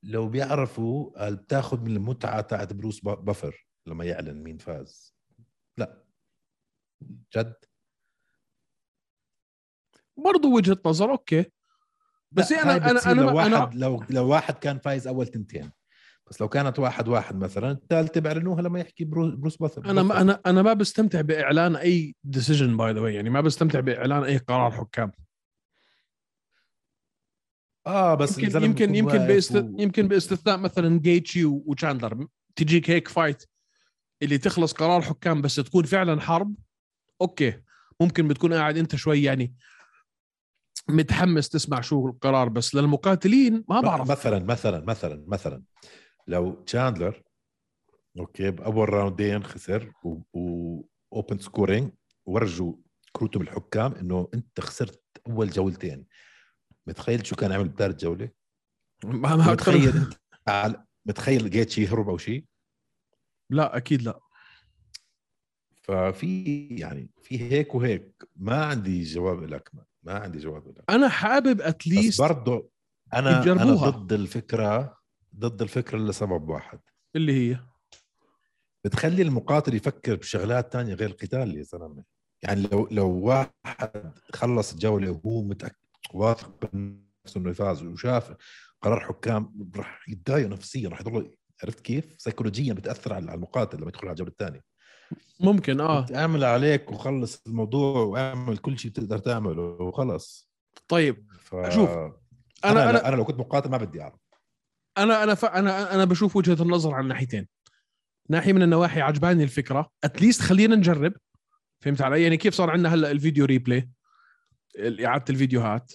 [SPEAKER 3] لو بيعرفوا قال بتاخذ من المتعه تاعت بروس با- بافر لما يعلن مين فاز لا جد
[SPEAKER 2] برضو وجهه نظر اوكي بس
[SPEAKER 3] لا،
[SPEAKER 2] أنا-
[SPEAKER 3] هاي
[SPEAKER 2] أنا-
[SPEAKER 3] بتصير
[SPEAKER 2] أنا-
[SPEAKER 3] لو واحد
[SPEAKER 2] أنا-
[SPEAKER 3] لو لو واحد كان فايز اول تنتين بس لو كانت واحد واحد مثلا الثالثه بيعلنوها لما يحكي برو- بروس باثر
[SPEAKER 2] انا ما انا انا ما بستمتع باعلان اي ديسيجن باي ذا يعني ما بستمتع باعلان اي قرار حكام
[SPEAKER 3] اه بس
[SPEAKER 2] يمكن
[SPEAKER 3] الزلمة
[SPEAKER 2] يمكن
[SPEAKER 3] بيكون
[SPEAKER 2] يمكن
[SPEAKER 3] واقف
[SPEAKER 2] باست...
[SPEAKER 3] و-
[SPEAKER 2] يمكن باستثناء مثلا جيتشي و- وتشاندلر تجيك هيك فايت اللي تخلص قرار حكام بس تكون فعلا حرب اوكي ممكن بتكون قاعد انت شوي يعني متحمس تسمع شو القرار بس للمقاتلين ما بعرف
[SPEAKER 3] مثلا مثلا مثلا مثلا لو تشاندلر اوكي باول راوندين خسر واوبن سكورينج ورجوا كروتهم الحكام انه انت خسرت اول جولتين متخيل شو كان عمل بثالث جوله؟
[SPEAKER 2] ما ما
[SPEAKER 3] متخيل انت على- متخيل جيتشي يهرب او شيء؟
[SPEAKER 2] لا اكيد لا
[SPEAKER 3] ففي يعني في هيك وهيك ما عندي جواب لك ما, ما عندي جواب لك
[SPEAKER 2] انا حابب
[SPEAKER 3] بس
[SPEAKER 2] اتليست
[SPEAKER 3] برضه انا انا
[SPEAKER 2] يجربوها.
[SPEAKER 3] ضد الفكره ضد الفكره لسبب واحد
[SPEAKER 2] اللي هي
[SPEAKER 3] بتخلي المقاتل يفكر بشغلات تانية غير القتال يا زلمه يعني لو لو واحد خلص الجوله وهو متاكد واثق من نفسه انه يفاز وشاف قرار حكام راح يتضايق نفسيا راح يضل عرفت كيف؟ سيكولوجيا بتاثر على على المقاتل لما يدخل على الجوله الثانيه
[SPEAKER 2] ممكن اه
[SPEAKER 3] اعمل عليك وخلص الموضوع واعمل كل شيء بتقدر تعمله وخلص
[SPEAKER 2] طيب
[SPEAKER 3] ف...
[SPEAKER 2] شوف،
[SPEAKER 3] انا
[SPEAKER 2] انا انا
[SPEAKER 3] انا, أنا لو كنت مقاتل ما بدي اعرف
[SPEAKER 2] انا انا ف... انا انا بشوف وجهه النظر على الناحيتين ناحيه من النواحي عجباني الفكره اتليست خلينا نجرب فهمت علي يعني كيف صار عندنا هلا الفيديو ريبلاي ال- اعاده الفيديوهات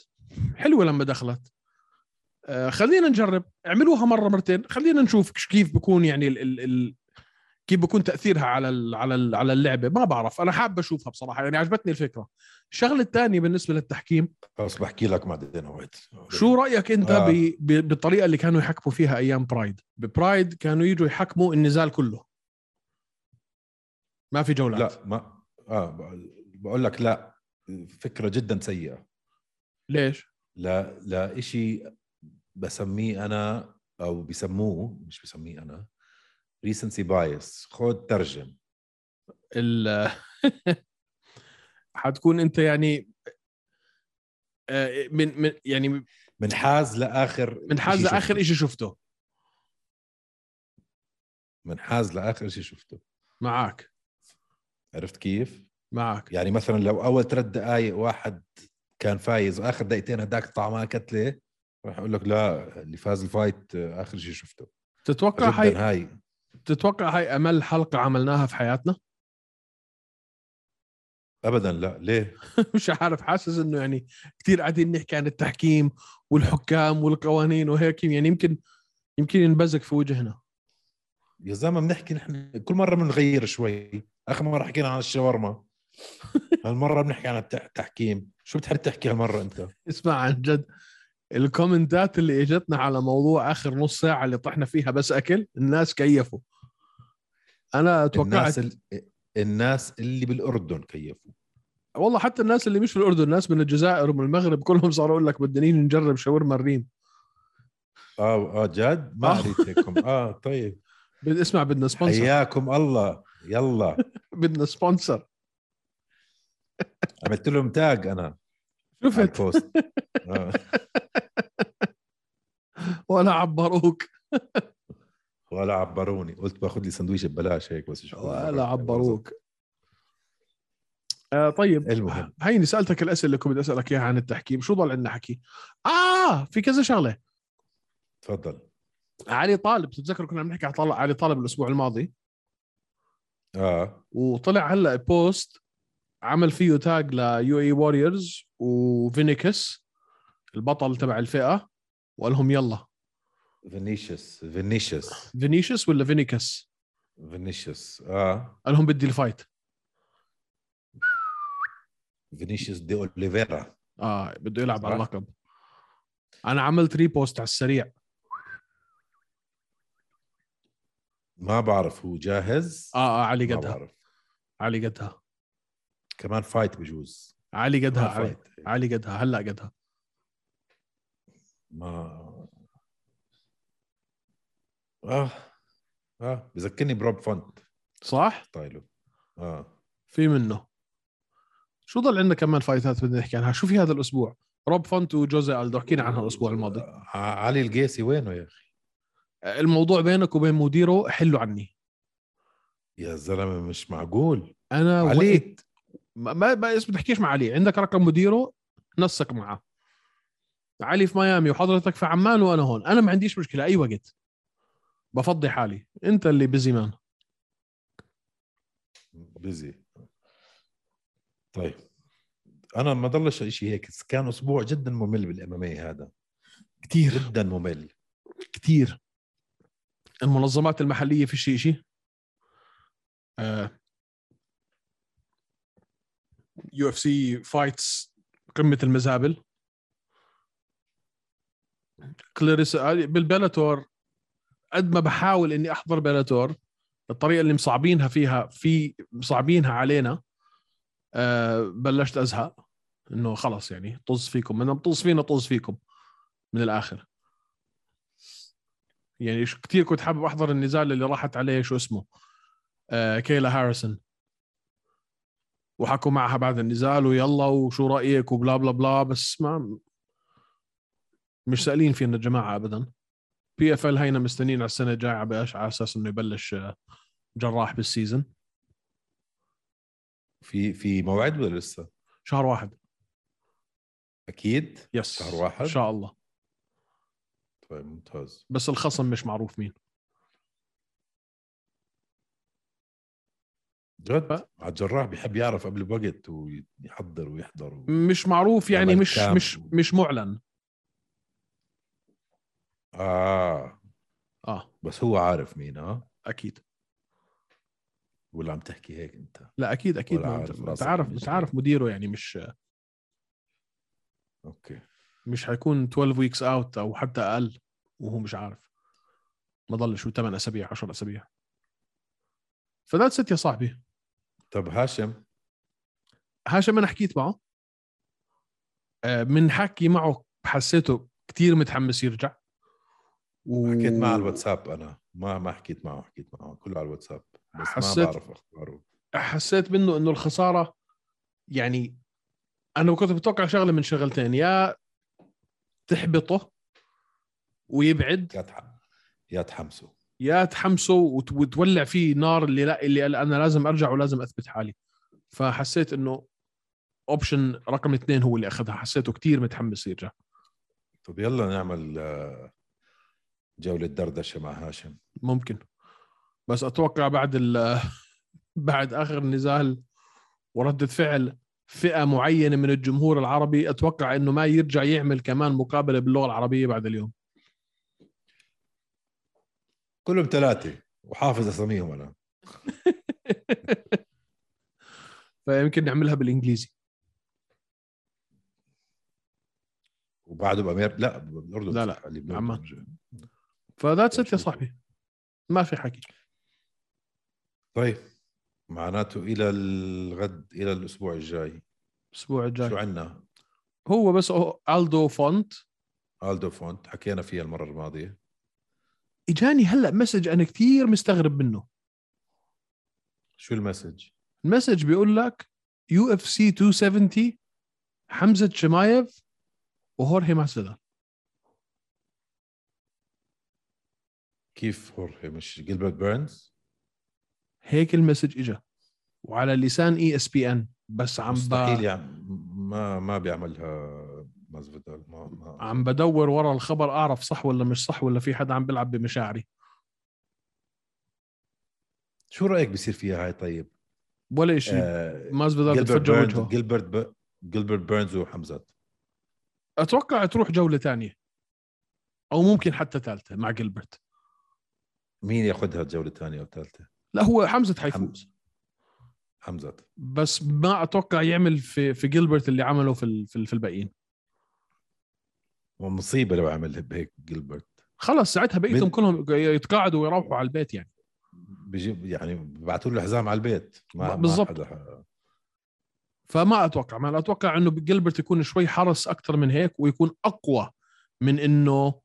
[SPEAKER 2] حلوه لما دخلت آه خلينا نجرب اعملوها مره مرتين خلينا نشوف كش- كيف بكون يعني ال... ال... ال... كيف بكون تاثيرها على ال... على ال... على اللعبه ما بعرف انا حابب اشوفها بصراحه يعني عجبتني الفكره الشغله الثانيه بالنسبه للتحكيم
[SPEAKER 3] خلص بحكي لك مع دينا وايت
[SPEAKER 2] شو رايك انت
[SPEAKER 3] آه.
[SPEAKER 2] آه. بالطريقه اللي كانوا يحكموا فيها ايام برايد ببرايد كانوا يجوا يحكموا النزال كله ما في جولات
[SPEAKER 3] لا ما اه ب- بقول لك لا فكره جدا سيئه
[SPEAKER 2] ليش
[SPEAKER 3] لا لا شيء بسميه انا او بسموه مش بسميه انا ريسنسي بايس خد ترجم
[SPEAKER 2] ال حتكون انت يعني آه، من من يعني
[SPEAKER 3] منحاز لاخر
[SPEAKER 2] منحاز
[SPEAKER 3] إشي
[SPEAKER 2] لاخر
[SPEAKER 3] شفته.
[SPEAKER 2] شيء شفته
[SPEAKER 3] منحاز لاخر شيء شفته
[SPEAKER 2] معك
[SPEAKER 3] عرفت كيف؟
[SPEAKER 2] معك
[SPEAKER 3] يعني مثلا لو اول ثلاث دقائق واحد كان فايز واخر دقيقتين هداك طعمها كتله راح اقول لك لا اللي فاز الفايت اخر شيء شفته
[SPEAKER 2] تتوقع
[SPEAKER 3] جدا
[SPEAKER 2] هاي
[SPEAKER 3] هاي
[SPEAKER 2] تتوقع هاي امل حلقه عملناها في حياتنا
[SPEAKER 3] ابدا لا ليه؟
[SPEAKER 2] مش عارف حاسس انه يعني كثير قاعدين نحكي عن التحكيم والحكام والقوانين وهيك يعني يمكن يمكن ينبزق في وجهنا
[SPEAKER 3] يا زلمه بنحكي نحن كل مره بنغير شوي اخر مره حكينا عن الشاورما هالمره بنحكي عن التح- التحكيم شو بتحب تحكي هالمره انت؟
[SPEAKER 2] اسمع عن جد الكومنتات اللي اجتنا على موضوع اخر نص ساعه اللي طحنا فيها بس اكل الناس كيفوا انا توقعت
[SPEAKER 3] الناس ال... الناس اللي بالاردن كيفوا
[SPEAKER 2] والله حتى الناس اللي مش في الاردن الناس من الجزائر ومن المغرب كلهم صاروا يقول لك بدنا نيجي نجرب شاورما الريم
[SPEAKER 3] اه اه جد ما
[SPEAKER 2] آه.
[SPEAKER 3] قريت هيكم اه طيب
[SPEAKER 2] بد- اسمع بدنا سبونسر
[SPEAKER 3] حياكم الله يلا
[SPEAKER 2] بدنا سبونسر
[SPEAKER 3] عملت لهم تاج انا على
[SPEAKER 2] شفت
[SPEAKER 3] البوست آه.
[SPEAKER 2] ولا عبروك
[SPEAKER 3] ولا عبروني قلت باخذ لي سندويشه ببلاش هيك بس شو
[SPEAKER 2] ولا عبروك آه طيب
[SPEAKER 3] المهم
[SPEAKER 2] هيني سالتك الاسئله اللي كنت بدي اسالك اياها عن التحكيم شو ضل عندنا حكي اه في كذا شغله
[SPEAKER 3] تفضل
[SPEAKER 2] علي طالب تتذكر كنا عم نحكي على طلع- علي طالب الاسبوع الماضي
[SPEAKER 3] اه
[SPEAKER 2] وطلع هلا بوست عمل فيه تاج ليو اي ووريرز E وفينيكس البطل تبع الفئه وقال لهم يلا
[SPEAKER 3] فينيشيوس فينيشيوس
[SPEAKER 2] فينيسيوس ولا فينيكس
[SPEAKER 3] فينيشيوس اه
[SPEAKER 2] قال لهم بدي الفايت
[SPEAKER 3] فينيشيوس دي اوليفيرا
[SPEAKER 2] اه بده يلعب على
[SPEAKER 3] صح.
[SPEAKER 2] اللقب انا عملت ريبوست على السريع
[SPEAKER 3] ما بعرف هو جاهز
[SPEAKER 2] اه, آه علي
[SPEAKER 3] ما
[SPEAKER 2] قدها
[SPEAKER 3] بعرف
[SPEAKER 2] علي قدها
[SPEAKER 3] كمان فايت بجوز
[SPEAKER 2] علي قدها
[SPEAKER 3] كمان
[SPEAKER 2] علي,
[SPEAKER 3] فايت
[SPEAKER 2] علي قدها هلا قدها
[SPEAKER 3] ما اه اه بذكرني بروب فونت
[SPEAKER 2] صح
[SPEAKER 3] ستايله اه
[SPEAKER 2] في منه شو ضل عندنا كمان فايتات بدنا نحكي عنها شو في هذا الاسبوع روب فونت وجوزي الدو حكينا عنها الاسبوع الماضي
[SPEAKER 3] ع- آه، علي القيسي وينه يا اخي
[SPEAKER 2] الموضوع بينك وبين مديره حلوا عني
[SPEAKER 3] يا زلمه مش معقول
[SPEAKER 2] انا
[SPEAKER 3] علي.
[SPEAKER 2] وقت ما ما ما اسم تحكيش مع علي عندك رقم مديره نسق معه علي في ميامي وحضرتك في عمان وانا هون انا ما عنديش مشكله اي وقت بفضي حالي انت اللي بزي مان
[SPEAKER 3] بيزي طيب انا ما ضلش شيء هيك كان اسبوع جدا ممل بالامامية هذا
[SPEAKER 2] كثير
[SPEAKER 3] جدا ممل
[SPEAKER 2] كتير المنظمات المحلية في آه. شيء شيء يو اف سي فايتس قمة المزابل كلاريسا آه، بالبلاتور قد ما بحاول اني احضر بلاتور الطريقة اللي مصعبينها فيها في مصعبينها علينا آه، بلشت ازهق انه خلص يعني طز فيكم بدنا طز فينا طز فيكم من الاخر يعني ش- كتير كنت حابب احضر النزال اللي راحت عليه شو اسمه آه كيلا هاريسون وحكوا معها بعد النزال ويلا وشو رايك وبلا بلا بلا بس ما مش سائلين فينا الجماعه ابدا بي اف ال هينا مستنين على السنه الجايه على بأش- على اساس انه يبلش آه، جراح بالسيزون
[SPEAKER 3] في في موعد ولا لسه
[SPEAKER 2] شهر واحد
[SPEAKER 3] اكيد
[SPEAKER 2] يس
[SPEAKER 3] شهر واحد؟
[SPEAKER 2] ان شاء الله
[SPEAKER 3] طيب ممتاز
[SPEAKER 2] بس الخصم مش معروف مين
[SPEAKER 3] جد
[SPEAKER 2] ف-
[SPEAKER 3] على الجراح بيحب يعرف قبل بوقت ويحضر ويحضر و...
[SPEAKER 2] مش معروف يعني
[SPEAKER 3] يعمل
[SPEAKER 2] مش
[SPEAKER 3] كام.
[SPEAKER 2] مش مش معلن
[SPEAKER 3] اه
[SPEAKER 2] اه
[SPEAKER 3] بس هو عارف مين اه
[SPEAKER 2] اكيد
[SPEAKER 3] ولا عم تحكي هيك انت
[SPEAKER 2] لا اكيد اكيد
[SPEAKER 3] ولا
[SPEAKER 2] ما
[SPEAKER 3] عارف
[SPEAKER 2] انت ما انت
[SPEAKER 3] راسك
[SPEAKER 2] عارف
[SPEAKER 3] من
[SPEAKER 2] انت
[SPEAKER 3] رجلك.
[SPEAKER 2] عارف مديره يعني مش
[SPEAKER 3] اوكي
[SPEAKER 2] مش حيكون 12 ويكس اوت او حتى اقل وهو مش عارف ما ضل شو 8 اسابيع 10 اسابيع فذاتس ست يا صاحبي
[SPEAKER 3] طب هاشم
[SPEAKER 2] هاشم انا حكيت معه آه، من حكي معه حسيته كتير متحمس يرجع و...
[SPEAKER 3] حكيت معه على الواتساب انا ما ما حكيت معه حكيت معه كله على الواتساب بس
[SPEAKER 2] حسيت-
[SPEAKER 3] ما بعرف اخباره
[SPEAKER 2] حسيت منه انه الخساره يعني انا كنت متوقع شغله من شغلتين يا تحبطه ويبعد
[SPEAKER 3] يا تح... يا تحمسوا
[SPEAKER 2] يا تحمسه وت- وتولع فيه نار اللي لا اللي قال انا لازم ارجع ولازم اثبت حالي فحسيت انه اوبشن رقم اثنين هو اللي اخذها حسيته كتير متحمس يرجع
[SPEAKER 3] طب يلا نعمل آه، جولة دردشة مع هاشم
[SPEAKER 2] ممكن بس اتوقع بعد ال بعد اخر نزال وردة فعل فئة معينة من الجمهور العربي اتوقع انه ما يرجع يعمل كمان مقابلة باللغة العربية بعد اليوم
[SPEAKER 3] كلهم ثلاثة وحافظ اساميهم انا
[SPEAKER 2] فيمكن نعملها بالانجليزي
[SPEAKER 3] وبعده بامير لا بالاردن
[SPEAKER 2] لا، لا،
[SPEAKER 3] صح، اللي بالأردن.
[SPEAKER 2] عمان. فذاتس ات يا صاحبي ما في حكي
[SPEAKER 3] طيب معناته الى الغد الى الاسبوع الجاي
[SPEAKER 2] الاسبوع الجاي
[SPEAKER 3] شو عندنا
[SPEAKER 2] هو بس هو الدو فونت
[SPEAKER 3] الدو فونت حكينا فيها المره الماضيه
[SPEAKER 2] اجاني هلا مسج انا كثير مستغرب منه
[SPEAKER 3] شو المسج
[SPEAKER 2] المسج بيقول لك يو اف سي 270 حمزه شمايف وهورهي ماسvidal
[SPEAKER 3] كيف هورخي مش جيلبرت بيرنز
[SPEAKER 2] هيك المسج اجى وعلى لسان E اي اس بي ان بس عم
[SPEAKER 3] مستحيل
[SPEAKER 2] ب...
[SPEAKER 3] يعني ما ما بيعملها مازفيدال ما ما
[SPEAKER 2] عم بدور ورا الخبر اعرف صح ولا مش صح ولا في حدا عم بيلعب بمشاعري
[SPEAKER 3] شو رايك بيصير فيها هاي طيب
[SPEAKER 2] ولا شيء آه
[SPEAKER 3] آه،
[SPEAKER 2] ماسvidal
[SPEAKER 3] جيلبرت
[SPEAKER 2] بتفجر
[SPEAKER 3] بيرنز
[SPEAKER 2] وجهه
[SPEAKER 3] جيلبرت ب... جيلبرت بيرنز وحمزه
[SPEAKER 2] اتوقع تروح جوله تانية او ممكن حتى ثالثه مع جilbert
[SPEAKER 3] مين ياخذها الجوله الثانيه او الثالثه
[SPEAKER 2] لا هو حمزه حيفوز
[SPEAKER 3] حمزه حمزه
[SPEAKER 2] بس ما اتوقع يعمل في في جيلبرت اللي عمله في ال- في, ال- في الباقيين
[SPEAKER 3] ومصيبه لو عمل هيك جيلبرت
[SPEAKER 2] خلص ساعتها بقيتهم
[SPEAKER 3] بن-
[SPEAKER 2] كلهم يتقاعدوا ويروحوا على البيت يعني
[SPEAKER 3] بجيب يعني ببعثوا له حزام على البيت ما
[SPEAKER 2] بالضبط.
[SPEAKER 3] ما حدا
[SPEAKER 2] فما اتوقع ما اتوقع انه جلبرت يكون شوي حرص اكثر من هيك ويكون اقوى من انه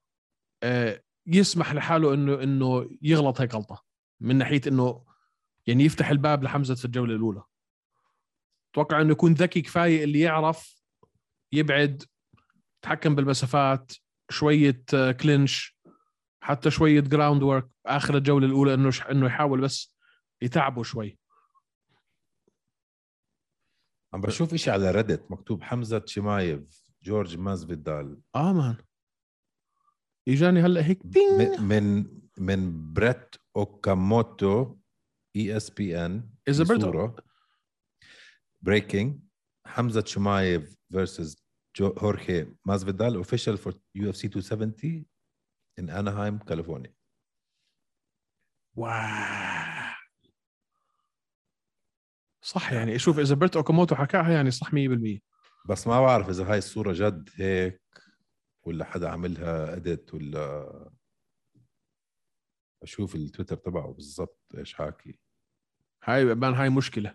[SPEAKER 2] آه، يسمح لحاله انه انه يغلط هيك غلطه من ناحيه انه يعني يفتح الباب لحمزه في الجوله الاولى اتوقع انه يكون ذكي كفايه اللي يعرف يبعد يتحكم بالمسافات شويه آه، كلينش حتى شويه جراوند ورك اخر الجوله الاولى انه ش- انه يحاول بس يتعبه شوي
[SPEAKER 3] عم بشوف إشي على ريدت مكتوب حمزه شمايف جورج مازفيدال
[SPEAKER 2] اه مان اجاني هلا هيك بينج
[SPEAKER 3] م- من من بريت E اوكاموتو اي اس بي ان
[SPEAKER 2] اذا برتو
[SPEAKER 3] صورة بريكنج حمزة شمايف versus جو هورخي مازفيدال اوفيشال فور يو اف سي 270 in Anaheim كاليفورنيا
[SPEAKER 2] واو صح يعني شوف اذا برت اوكاموتو حكاها يعني صح 100%
[SPEAKER 3] بس ما بعرف اذا هاي الصورة جد هيك ولا حدا عملها اديت ولا اشوف التويتر تبعه بالضبط ايش حاكي
[SPEAKER 2] هاي بان هاي مشكله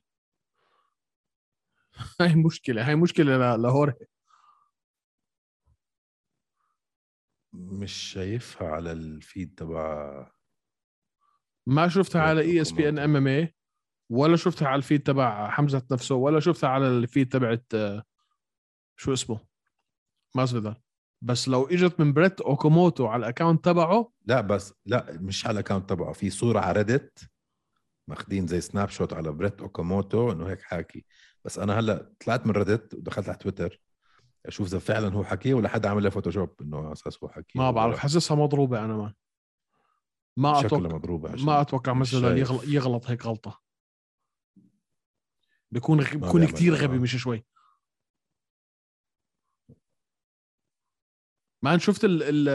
[SPEAKER 2] هاي مشكله هاي مشكله ل- لهورخي
[SPEAKER 3] مش شايفها على الفيد تبع
[SPEAKER 2] ما شفتها على
[SPEAKER 3] بريت
[SPEAKER 2] اي اس بي ان ام ام اي إيه، ولا شفتها على الفيد تبع حمزه نفسه ولا شفتها على الفيد تبعت آه، شو اسمه ماسفيدال بس لو اجت من بريت اوكاموتو على الاكونت تبعه
[SPEAKER 3] لا بس لا مش على الاكونت تبعه في صوره على ريدت ماخدين زي سناب شوت على بريت اوكاموتو انه هيك حاكي بس انا هلا طلعت من ريدت ودخلت على تويتر اشوف اذا فعلا هو حكي ولا حدا عمل له فوتوشوب انه على اساس هو حكي
[SPEAKER 2] ما بعرف حاسسها مضروبه انا ما ما
[SPEAKER 3] شكله
[SPEAKER 2] اتوقع
[SPEAKER 3] مضروبه عشان
[SPEAKER 2] ما اتوقع
[SPEAKER 3] مش
[SPEAKER 2] مثلا
[SPEAKER 3] شايف.
[SPEAKER 2] يغلط, يغلط هيك غلطه بيكون غ...
[SPEAKER 3] ما
[SPEAKER 2] بيكون
[SPEAKER 3] بيعمل
[SPEAKER 2] كثير
[SPEAKER 3] كده.
[SPEAKER 2] غبي مش شوي ما أنا شفت ال ال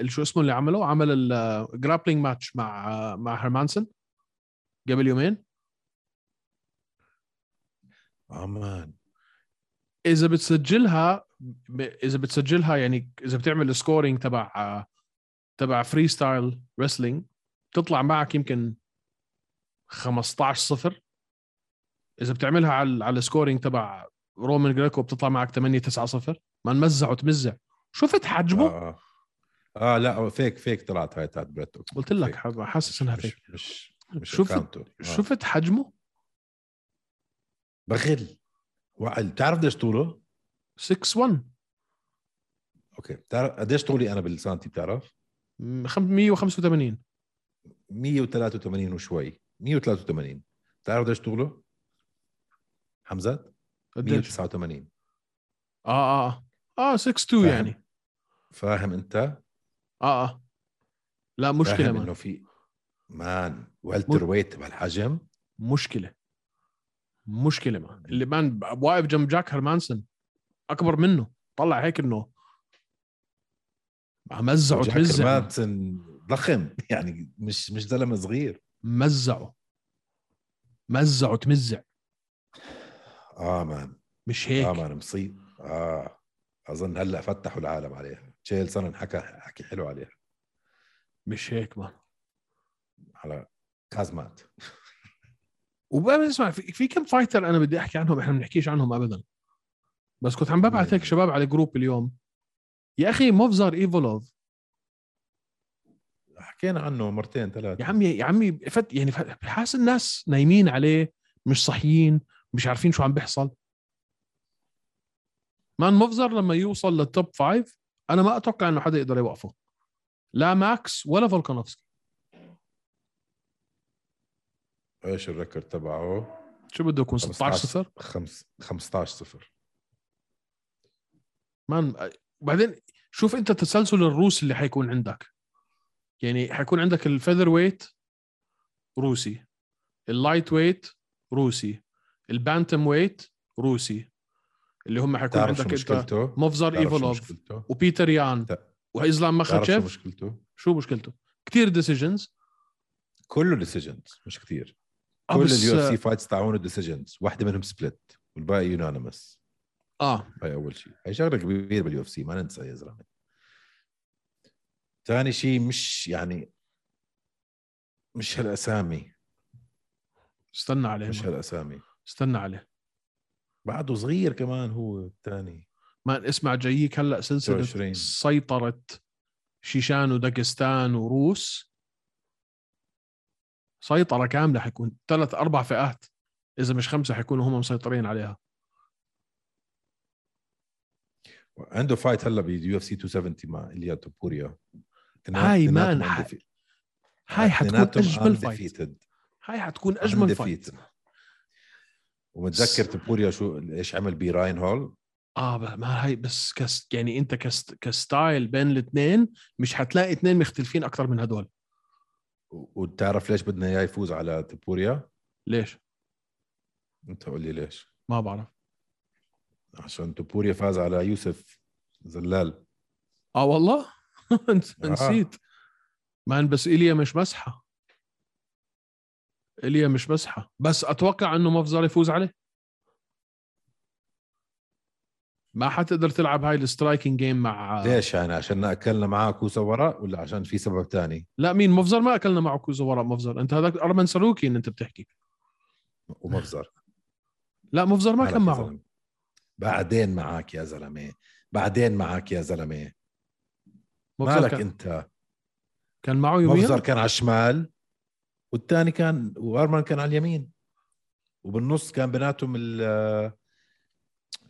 [SPEAKER 2] ال- شو اسمه اللي عمله عمل الجرابلينج ماتش مع مع هرمانسن قبل يومين
[SPEAKER 3] امان
[SPEAKER 2] اذا بتسجلها ب- اذا بتسجلها يعني اذا بتعمل سكورينج تبع تبع فري ستايل ريسلينج تطلع معك يمكن 15 صفر اذا بتعملها على على السكورينج تبع رومان جريكو بتطلع معك 8 9 صفر ما نمزع وتمزع شفت حجمه آه.
[SPEAKER 3] آه, آه. اه لا فيك فيك طلعت هاي تاعت بريت أوكاموتو.
[SPEAKER 2] قلت لك
[SPEAKER 3] فيك.
[SPEAKER 2] حب- حاسس انها فيك
[SPEAKER 3] مش مش مش
[SPEAKER 2] شفت-
[SPEAKER 3] أكاونته. آه.
[SPEAKER 2] شفت حجمه
[SPEAKER 3] بغل وعل بتعرف قديش طوله؟
[SPEAKER 2] 6 1
[SPEAKER 3] اوكي بتعرف قديش طولي انا بالسانتي بتعرف؟
[SPEAKER 2] 185
[SPEAKER 3] 183 وشوي 183 بتعرف قديش طوله؟ حمزه
[SPEAKER 2] قديش
[SPEAKER 3] 189
[SPEAKER 2] اه اه اه 6 2
[SPEAKER 3] فاهم.
[SPEAKER 2] يعني
[SPEAKER 3] فاهم انت؟
[SPEAKER 2] اه اه لا مشكله
[SPEAKER 3] فاهم
[SPEAKER 2] مان
[SPEAKER 3] انه في مان والتر ويت بهالحجم
[SPEAKER 2] مشكله مشكله ما اللي مان واقف جنب جاك هرمانسون اكبر منه طلع هيك انه مزعه
[SPEAKER 3] جاك
[SPEAKER 2] تمزع
[SPEAKER 3] ماتسن ضخم يعني مش مش زلمه صغير
[SPEAKER 2] مزعه مزعه تمزع
[SPEAKER 3] اه مان
[SPEAKER 2] مش
[SPEAKER 3] اه
[SPEAKER 2] هيك
[SPEAKER 3] مان مصيب اه اظن هلا فتحوا العالم عليها تشيل سنن حكى حكي حلو عليها
[SPEAKER 2] مش هيك ما
[SPEAKER 3] على كازمات
[SPEAKER 2] وبقى اسمع في, في كم فايتر انا بدي احكي عنهم احنا ما بنحكيش عنهم ابدا بس كنت عم ببعث هيك شباب على جروب اليوم يا اخي مفزر ايفولوف
[SPEAKER 3] حكينا عنه مرتين ثلاثه
[SPEAKER 2] يا عمي يا عمي فت يعني فت- حاسس الناس نايمين عليه مش صحيين مش عارفين شو عم بيحصل مان مفزر لما يوصل للتوب فايف انا ما اتوقع انه حدا يقدر يوقفه لا ماكس ولا فولكانوفسكي
[SPEAKER 3] ايش الريكورد تبعه؟
[SPEAKER 2] شو بده يكون 16 صفر
[SPEAKER 3] خمس 15 صفر
[SPEAKER 2] مان وبعدين شوف انت تسلسل الروس اللي حيكون عندك يعني حيكون عندك الفيذر ويت روسي اللايت ويت روسي البانتم ويت روسي اللي هم حيكون
[SPEAKER 3] بتعرف شو
[SPEAKER 2] عندك انت
[SPEAKER 3] مشكلته؟
[SPEAKER 2] مفزر
[SPEAKER 3] بتعرف شو
[SPEAKER 2] ايفولوف
[SPEAKER 3] مشكلته؟
[SPEAKER 2] وبيتر يان
[SPEAKER 3] ت-
[SPEAKER 2] واسلام
[SPEAKER 3] بتعرف شو
[SPEAKER 2] مخاتشيف
[SPEAKER 3] مشكلته؟
[SPEAKER 2] شو مشكلته؟ كثير ديسيجنز
[SPEAKER 3] كله ديسيجنز مش كثير
[SPEAKER 2] آه،
[SPEAKER 3] كل اليو اف سي فايتس تاعونه ديسيجنز واحده منهم سبلت والباقي يونانيمس
[SPEAKER 2] اه
[SPEAKER 3] هاي اول شيء هاي شغله كبيره باليو اف سي ما ننسى يا زلمه ثاني شيء مش يعني مش هالاسامي
[SPEAKER 2] استنى عليه
[SPEAKER 3] مش
[SPEAKER 2] ما.
[SPEAKER 3] هالاسامي
[SPEAKER 2] استنى عليه
[SPEAKER 3] بعده صغير كمان هو الثاني
[SPEAKER 2] ما اسمع جاييك هلا سلسله
[SPEAKER 3] 26.
[SPEAKER 2] سيطره شيشان وداغستان وروس سيطره كامله حيكون ثلاث اربع فئات اذا مش خمسه حيكونوا هم مسيطرين عليها
[SPEAKER 3] عنده فايت هلا باليو اف سي 270 مع إليا توبوريا
[SPEAKER 2] هاي مان، هاي- هاي حتكون اجمل فايت
[SPEAKER 3] فايت
[SPEAKER 2] هاي حتكون اجمل فايت
[SPEAKER 3] ومتذكر توبوريا شو ايش عمل براين هول
[SPEAKER 2] اه ب- ما هاي بس كس يعني انت كست كستايل بين الاثنين مش حتلاقي اثنين مختلفين اكثر من هدول
[SPEAKER 3] و- وبتعرف ليش بدنا اياه يفوز على توبوريا
[SPEAKER 2] ليش؟
[SPEAKER 3] انت قول لي ليش
[SPEAKER 2] ما بعرف
[SPEAKER 3] عشان توبوريا فاز على يوسف زلال
[SPEAKER 2] اه والله نس-
[SPEAKER 3] آه.
[SPEAKER 2] نسيت مان بس ايليا مش مسحه ايليا مش مسحه بس اتوقع انه مفزر يفوز عليه ما حتقدر تلعب هاي السترايكنج جيم مع
[SPEAKER 3] ليش يعني عشان اكلنا معاه كوسه وراء ولا عشان في سبب تاني
[SPEAKER 2] لا مين مفزر ما اكلنا معه كوزو وراء مفزر انت هذاك ارمن سلوكين انت بتحكي
[SPEAKER 3] ومبزر
[SPEAKER 2] لا مفزر ما
[SPEAKER 3] مالك
[SPEAKER 2] كان
[SPEAKER 3] يا
[SPEAKER 2] معه
[SPEAKER 3] زلمة. بعدين معك يا زلمه بعدين معك يا زلمه
[SPEAKER 2] مفزر
[SPEAKER 3] مالك
[SPEAKER 2] كان,
[SPEAKER 3] انت
[SPEAKER 2] كان معه يوميا
[SPEAKER 3] مبزر كان على الشمال والثاني كان وارمان كان على اليمين وبالنص كان بيناتهم ال-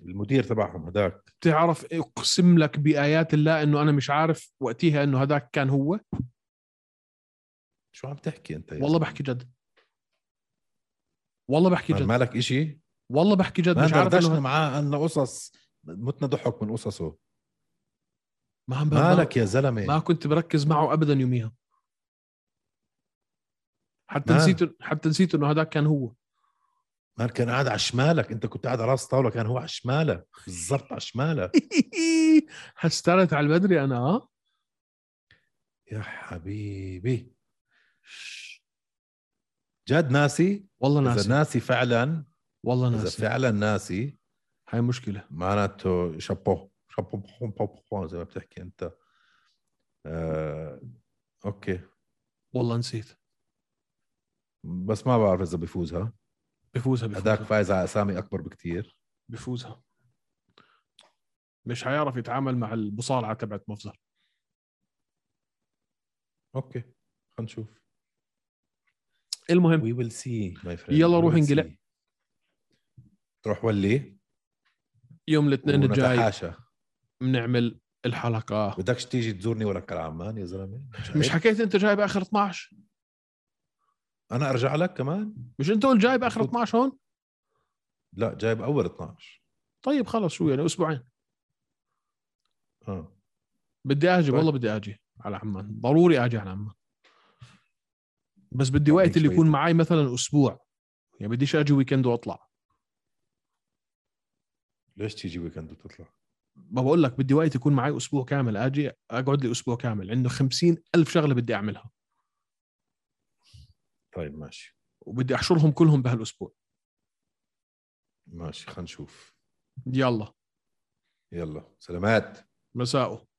[SPEAKER 3] المدير تبعهم هداك
[SPEAKER 2] بتعرف اقسم لك بايات الله انه انا مش عارف وقتها انه هذاك كان هو
[SPEAKER 3] شو عم تحكي انت يا
[SPEAKER 2] والله
[SPEAKER 3] زلمة؟
[SPEAKER 2] بحكي جد والله بحكي
[SPEAKER 3] ما-
[SPEAKER 2] جد
[SPEAKER 3] مالك إشي
[SPEAKER 2] والله بحكي جد
[SPEAKER 3] ما
[SPEAKER 2] مش عارف
[SPEAKER 3] دردشنا
[SPEAKER 2] انه
[SPEAKER 3] معاه عنا قصص متنا ضحك من قصصه
[SPEAKER 2] ما عم مالك
[SPEAKER 3] مالك يا زلمه
[SPEAKER 2] ما كنت بركز معه ابدا يوميها حتى
[SPEAKER 3] ما-
[SPEAKER 2] نسيت حتى نسيت انه هذاك كان هو
[SPEAKER 3] مان كان قاعد على شمالك انت كنت قاعد على راس طاوله كان هو على شمالك بالضبط على شمالك
[SPEAKER 2] هسترت على البدري انا اه
[SPEAKER 3] يا حبيبي جد ناسي
[SPEAKER 2] والله
[SPEAKER 3] اذا
[SPEAKER 2] ناسي
[SPEAKER 3] ناسي فعلا
[SPEAKER 2] والله
[SPEAKER 3] اذا
[SPEAKER 2] ناسي
[SPEAKER 3] فعلا ناسي
[SPEAKER 2] هاي مشكله
[SPEAKER 3] معناته شابو شابو بحون بحون بحون زي ما بتحكي انت آه، اوكي
[SPEAKER 2] والله نسيت
[SPEAKER 3] بس ما بعرف اذا بيفوزها
[SPEAKER 2] بفوزها
[SPEAKER 3] هداك
[SPEAKER 2] بفوزها
[SPEAKER 3] فايز على اسامي اكبر بكتير
[SPEAKER 2] بفوزها مش هيعرف يتعامل مع المصارعه تبعت مفزر
[SPEAKER 3] اوكي خلينا نشوف
[SPEAKER 2] المهم
[SPEAKER 3] وي ويل سي
[SPEAKER 2] يلا روح انقلع.
[SPEAKER 3] تروح ولي
[SPEAKER 2] يوم الاثنين الجاي
[SPEAKER 3] ونتحاشى.
[SPEAKER 2] بنعمل الحلقه
[SPEAKER 3] بدكش تيجي تزورني ولا كالعمان يا زلمه
[SPEAKER 2] مش
[SPEAKER 3] عيب؟
[SPEAKER 2] حكيت انت جايب اخر 12
[SPEAKER 3] انا ارجع لك كمان
[SPEAKER 2] مش انت قلت جايب اخر
[SPEAKER 3] مفروض.
[SPEAKER 2] 12 هون
[SPEAKER 3] لا جايب اول 12
[SPEAKER 2] طيب خلص شو يعني اسبوعين
[SPEAKER 3] اه
[SPEAKER 2] بدي اجي
[SPEAKER 3] طيب.
[SPEAKER 2] والله بدي اجي على عمان ضروري اجي على عمان بس بدي
[SPEAKER 3] طب
[SPEAKER 2] وقت
[SPEAKER 3] ليك
[SPEAKER 2] اللي
[SPEAKER 3] شوي.
[SPEAKER 2] يكون معي مثلا اسبوع يعني بديش اجي ويكند واطلع
[SPEAKER 3] ليش تيجي ويكند وتطلع
[SPEAKER 2] ما بقول لك بدي وقت يكون معي اسبوع كامل اجي اقعد لي اسبوع كامل عنده خمسين الف شغله بدي اعملها
[SPEAKER 3] طيب ماشي
[SPEAKER 2] وبدي احشرهم كلهم بهالاسبوع
[SPEAKER 3] ماشي خلينا نشوف
[SPEAKER 2] يلا
[SPEAKER 3] يلا سلامات
[SPEAKER 2] مساءه